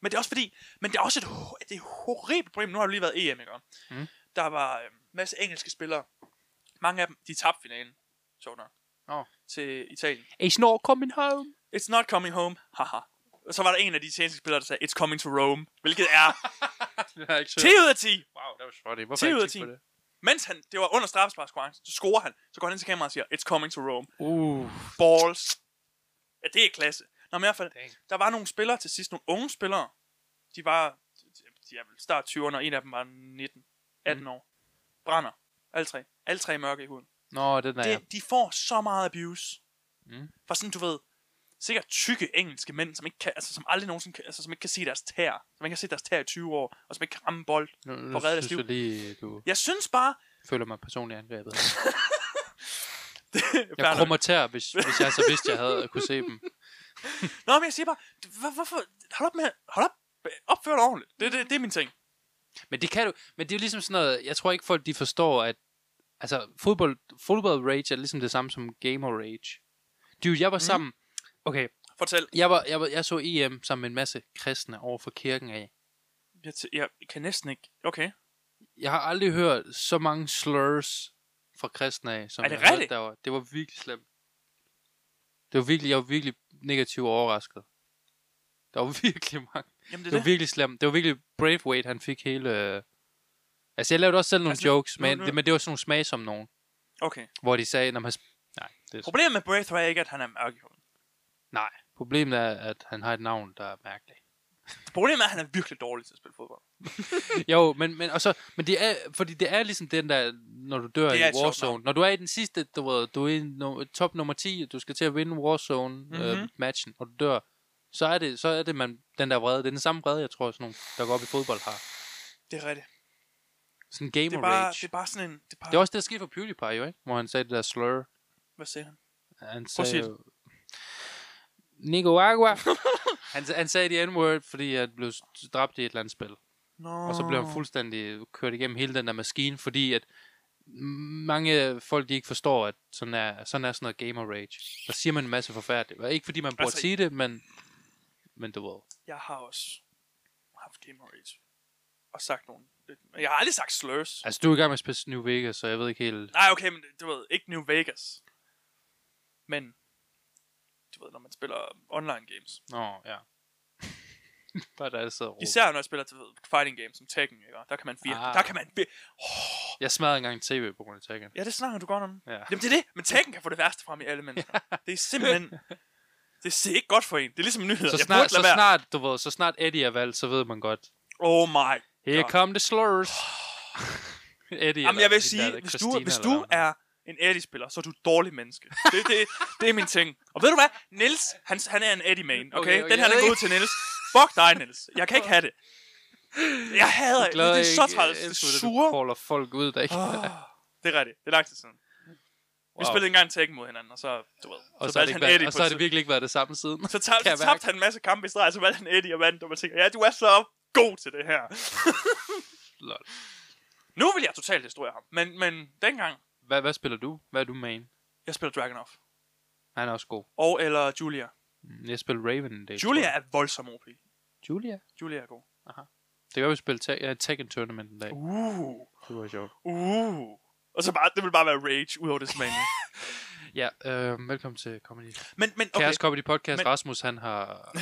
Speaker 2: Men det er også fordi, men det er også et, ho- det er et horribelt problem. Nu har du lige været EM, ikke?
Speaker 1: Mm.
Speaker 2: Mm. Der var øh, masse engelske spillere. Mange af dem, de tabte finalen, sjovt nok,
Speaker 1: Nå.
Speaker 2: til Italien.
Speaker 1: It's not coming home.
Speaker 2: It's not coming home, haha. Og så var der en af de italienske spillere, der sagde, it's coming to Rome, hvilket er
Speaker 1: det har jeg ikke
Speaker 2: 10 ud af 10.
Speaker 1: Wow, det var småt. Hvorfor har jeg
Speaker 2: ud af
Speaker 1: ikke tænkt på det?
Speaker 2: Mens han, det var under straffesparkskonkurrencen, så scorer han. Så går han ind til kameraet og siger, it's coming to Rome.
Speaker 1: Uh,
Speaker 2: Balls. Ja, det er klasse. Nå, men i hvert fald,
Speaker 1: Dang.
Speaker 2: der var nogle spillere til sidst, nogle unge spillere. De var, de er vel start 20'erne, og en af dem var
Speaker 1: Mhm.
Speaker 2: 19, 18 mm. år. Brænder. Alle tre. Alle tre mørke i huden.
Speaker 1: nå, den er
Speaker 2: Ja.
Speaker 1: jeg.
Speaker 2: Det, de får så meget abuse.
Speaker 1: Mm.
Speaker 2: Mm. For sådan, du ved, sikkert tykke engelske mænd, som, ikke kan, altså, som aldrig nogensinde kan, altså, som ikke kan se deres tær. Som ikke kan se deres tær i 20 år, og som ikke kan ramme bold.
Speaker 1: Nu, nu
Speaker 2: for reddet
Speaker 1: synes jeg
Speaker 2: liv.
Speaker 1: lige, du
Speaker 2: Jeg synes bare...
Speaker 1: føler mig personligt angrebet. Jeg
Speaker 2: Fair nok.
Speaker 1: krummer tær, hvis, hvis jeg så vidste, jeg havde kunne se dem.
Speaker 2: Nå, men jeg siger bare, hvor, hvorfor, hold op med, hold op, opfør dig ordentligt. Det, det, det er min ting.
Speaker 1: Men det kan du, men det er jo ligesom sådan noget, jeg tror ikke folk de forstår, at altså, fodbold, fodbold rage er ligesom det samme som gamer rage. Dude, jeg var
Speaker 2: Mhm.
Speaker 1: sammen, okay,
Speaker 2: Fortæl.
Speaker 1: jeg, var, jeg, var, jeg så EM sammen med en masse kristne over for kirken af.
Speaker 2: Jeg, t- jeg kan næsten ikke. Okay.
Speaker 1: Jeg har aldrig hørt så mange slurs fra kristne af, som
Speaker 2: Er det
Speaker 1: jeg hørte
Speaker 2: rigtigt?
Speaker 1: derovre. Det var virkelig slemt. Det var virkelig, jeg var virkelig negativt overrasket. Der var virkelig mange
Speaker 2: Jamen,
Speaker 1: Det var virkelig slemt. Det var virkelig Braithwaite, han fik hele... øh, Altså, jeg lavede også selv nogle
Speaker 2: Altså,
Speaker 1: altså, jokes,
Speaker 2: nu-
Speaker 1: men,
Speaker 2: nu-
Speaker 1: det, men det var sådan nogle smag som nogen,
Speaker 2: Okay.
Speaker 1: hvor de sagde, når man... Nej, det er...
Speaker 2: Problemet med Braithwaite er ikke, at han er mørk i huden.
Speaker 1: Nej, problemet er, at han har et navn, der er mærkeligt.
Speaker 2: Problemet er, at han er virkelig dårlig til at spille fodbold.
Speaker 1: jo, men, men, og så, men det er, fordi det er ligesom den der, når du dør
Speaker 2: Det
Speaker 1: i
Speaker 2: er et sjovt
Speaker 1: Warzone. Når du er i den sidste, du ved, du er i no, top nummer 10, du skal til at vinde Warzone-matchen, mm-hmm.
Speaker 2: Mhm.
Speaker 1: øh, matchen, og du dør, så er det, så er det man, den der vrede. Det er den samme vrede, jeg tror, sådan nogle, der går op i fodbold har.
Speaker 2: Det er rigtigt.
Speaker 1: Sådan en
Speaker 2: Det
Speaker 1: gamer
Speaker 2: er, bare,
Speaker 1: rage.
Speaker 2: det er bare sådan en... Det er bare...
Speaker 1: Det er også det, der skete for PewDiePie, jo, ikke? Hvor han sagde det der slur.
Speaker 2: Hvad siger han?
Speaker 1: Han
Speaker 2: Prøv at sige
Speaker 1: sagde jo... Nicaragua. han, sa- han sagde det N-word, fordi han blev s- dræbt i et eller andet spil.
Speaker 2: Nå.
Speaker 1: Og så blev han fuldstændig kørt igennem hele den der maskine, fordi at m- mange folk, de ikke forstår, at sådan er sådan, er sådan noget gamer rage. Der siger man en masse forfærdeligt. Og Ikke fordi man burde altså,
Speaker 2: Altså-
Speaker 1: sige det, men, men du ved.
Speaker 2: Jeg har også haft gamer rage. Og sagt nogen. Jeg har aldrig sagt slurs.
Speaker 1: Altså, du er i gang med at spille New Vegas, så jeg ved ikke helt...
Speaker 2: Nej, okay, men du ved, ikke New Vegas. Men, du ved, når man spiller online games.
Speaker 1: Nå, ja. Bare der, der sidder og råber.
Speaker 2: Især når jeg spiller til ved, fighting games som Tekken, ikke? Og Der kan man virkelig...
Speaker 1: Ah.
Speaker 2: Ah. Der kan man... vir-
Speaker 1: Jeg smadrede engang en tv på grund af Tekken.
Speaker 2: Ja, det snakker du godt om.
Speaker 1: Ja.
Speaker 2: Jamen det er det, men Tekken kan få det værste frem i alle mennesker. det er simpelthen... Det ser ikke godt for en. Det er ligesom nyheder.
Speaker 1: Så
Speaker 2: Jeg
Speaker 1: snart,
Speaker 2: burde
Speaker 1: så
Speaker 2: lade være.
Speaker 1: snart, du ved, så snart Eddie er valgt, så ved man godt,
Speaker 2: Oh my.
Speaker 1: Here
Speaker 2: Ja.
Speaker 1: come the slurs. Eddie,
Speaker 2: Jamen
Speaker 1: eller
Speaker 2: jeg vil
Speaker 1: hende
Speaker 2: sige,
Speaker 1: der,
Speaker 2: hvis
Speaker 1: Christina,
Speaker 2: du, hvis
Speaker 1: eller
Speaker 2: du
Speaker 1: hvad hun
Speaker 2: er en Eddie-spiller, så er du et dårligt menneske. Det, det, det er min ting. Og ved du hvad? Niels, han, han er en Eddie-man, okay?
Speaker 1: Okay,
Speaker 2: okay,
Speaker 1: okay,
Speaker 2: Den her,
Speaker 1: jeg
Speaker 2: den
Speaker 1: ved
Speaker 2: går ud til Niels. Fuck dig, Niels. Jeg kan ikke have det. Jeg hader
Speaker 1: hedder.
Speaker 2: det. Det er så træls. Det
Speaker 1: Jeg
Speaker 2: er
Speaker 1: elsker, at
Speaker 2: sure.
Speaker 1: Du caller folk ud, der ikke...
Speaker 2: Oh, det er rigtigt. Det er lang tid siden. Wow. Vi
Speaker 1: Wow.
Speaker 2: spillede ikke engang Tekken mod hinanden, og så, du ved,
Speaker 1: Og så, har
Speaker 2: valgte
Speaker 1: det
Speaker 2: han
Speaker 1: ikke været,
Speaker 2: Eddie
Speaker 1: og
Speaker 2: på
Speaker 1: så har
Speaker 2: et
Speaker 1: det virkelig ikke været det samme siden.
Speaker 2: tidspunkt. så, tab-
Speaker 1: kan jeg
Speaker 2: så
Speaker 1: mærke.
Speaker 2: tabte han en masse kampe i streg, og så valgte han Eddie og vandt, og man tænker, ja, du er så god til det her.
Speaker 1: Lol.
Speaker 2: nu vil jeg totalt destruere ham. Men, men dengang,
Speaker 1: Hvad, hvad spiller du? Hvad er du main?
Speaker 2: jeg spiller Dragunov.
Speaker 1: Han er også god.
Speaker 2: Og eller Julia.
Speaker 1: Mm, Jeg spiller Raven en dag. tror
Speaker 2: Julia
Speaker 1: jeg.
Speaker 2: er voldsom OP.
Speaker 1: Julia?
Speaker 2: Julia er god.
Speaker 1: Det kan være, vi spiller te- ja, Tekken Tournament en dag.
Speaker 2: Uh,
Speaker 1: Det var sjovt.
Speaker 2: uh. Og så bare, det vil bare være rage ud over det sædvanlige.
Speaker 1: Ja, øh, velkommen til Comedy.
Speaker 2: Men, men
Speaker 1: Okay.
Speaker 2: okay.
Speaker 1: Kaos Comedy Podcast.
Speaker 2: Men-
Speaker 1: Men... Rasmus, han har...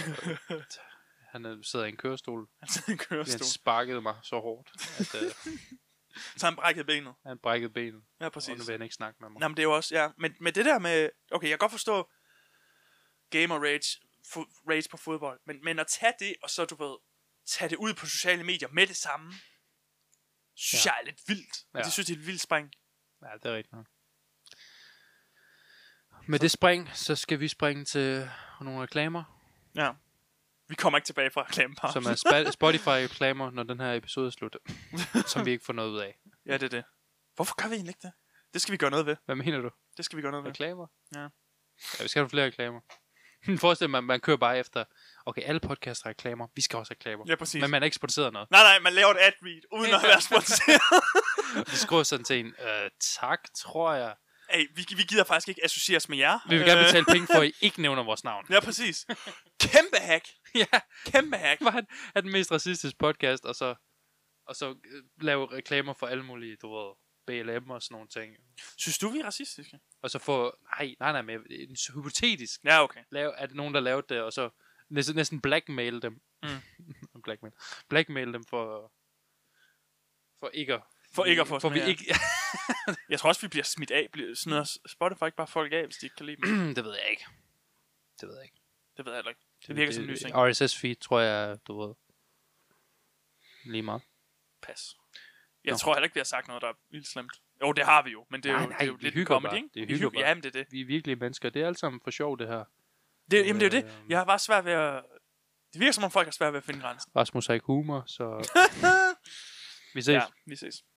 Speaker 1: han er, sidder i en kørestol.
Speaker 2: Han sidder i en
Speaker 1: fordi Han
Speaker 2: kørestol.
Speaker 1: sparkede mig så hårdt, at øh,
Speaker 2: Så han brækkede benet.
Speaker 1: han brækkede benet.
Speaker 2: Ja,
Speaker 1: Og nu
Speaker 2: præcis.
Speaker 1: vil han ikke snakke med mig.
Speaker 2: Nå, men det er jo også, ja. Men, men det der med, okay, jeg kan godt forstå gamer rage, fu- rage på fodbold, men, men at tage det, og så, du ved, tage det ud på sociale medier med det samme, synes ja.
Speaker 1: Ja.
Speaker 2: jeg er lidt vildt. Ja.
Speaker 1: Ja.
Speaker 2: Det synes det er et vildt spring.
Speaker 1: Ja, det er rigtigt nok. Med det spring, så skal vi springe til nogle reklamer,
Speaker 2: Ja. Vi kommer ikke tilbage fra reklameparken.
Speaker 1: som er spa- Spotify-reklamer, når den her episode er slut, som vi ikke får noget ud af.
Speaker 2: Ja, det er det. Hvorfor gør vi egentlig ikke det? Det skal vi gøre noget ved.
Speaker 1: Hvad mener du?
Speaker 2: Det skal vi gøre noget ved.
Speaker 1: Reklamer?
Speaker 2: Ja.
Speaker 1: Ja, vi skal have flere reklamer. Forestil dig, man, man kører bare efter, okay, alle podcasts har reklamer, vi skal også have reklamer.
Speaker 2: Ja, præcis.
Speaker 1: Men man er ikke sponsoreret noget.
Speaker 2: Nej, nej, man laver et ad-read, uden at være sponsoreret.
Speaker 1: Vi skriver sådan til en, øh, tak, tror jeg.
Speaker 2: Ey, vi, vi gider faktisk ikke associeres med jer.
Speaker 1: Vi vil gerne
Speaker 2: Øh,
Speaker 1: betale penge for, at I ikke nævner vores navn.
Speaker 2: Ja, præcis. Kæmpe hack.
Speaker 1: ja,
Speaker 2: Kæmpe hack.
Speaker 1: var han, er den mest racistiske podcast, og så, og så øh, lave reklamer for alle mulige, du ved, BLM og sådan nogle ting.
Speaker 2: Synes du, vi er racistiske?
Speaker 1: Og så få, nej, nej, nej, men øh, så hypotetisk,
Speaker 2: Ja, okay.
Speaker 1: lave, er det nogen, der lavede det, og så næsten, næsten blackmail dem. Mm. blackmail. Blackmail dem for, for ikke at,
Speaker 2: For ikke at få
Speaker 1: for vi
Speaker 2: smidt af.
Speaker 1: ikke,
Speaker 2: Jeg tror også, vi bliver smidt af. Bliver, smider
Speaker 1: Mm.
Speaker 2: Spotify ikke bare folk af, hvis de ikke kan lide dem.
Speaker 1: det ved jeg ikke. Det ved jeg ikke.
Speaker 2: Det ved jeg heller ikke. Det virker som en ny ting.
Speaker 1: RSS feed, tror jeg, du ved. Lige meget.
Speaker 2: Pas. Jeg
Speaker 1: Nå.
Speaker 2: tror heller ikke, vi har sagt noget, der er vildt slemt. Jo, det har vi jo, men det er
Speaker 1: Nej,
Speaker 2: jo,
Speaker 1: nej,
Speaker 2: det er jo
Speaker 1: vi
Speaker 2: lidt
Speaker 1: hygger
Speaker 2: comedy,
Speaker 1: bare.
Speaker 2: ikke?
Speaker 1: Det er
Speaker 2: Vi
Speaker 1: hygger
Speaker 2: hygger-
Speaker 1: bare.
Speaker 2: Ja, men det er det.
Speaker 1: Vi er virkelige mennesker. Det er alt sammen for sjov, det her.
Speaker 2: det jamen, det er jo det.
Speaker 1: Øhm.
Speaker 2: Jeg har bare svært ved at... Det virker som om folk har svært ved at finde grænsen.
Speaker 1: Rasmus har ikke humor, så vi ses.
Speaker 2: Ja, vi ses.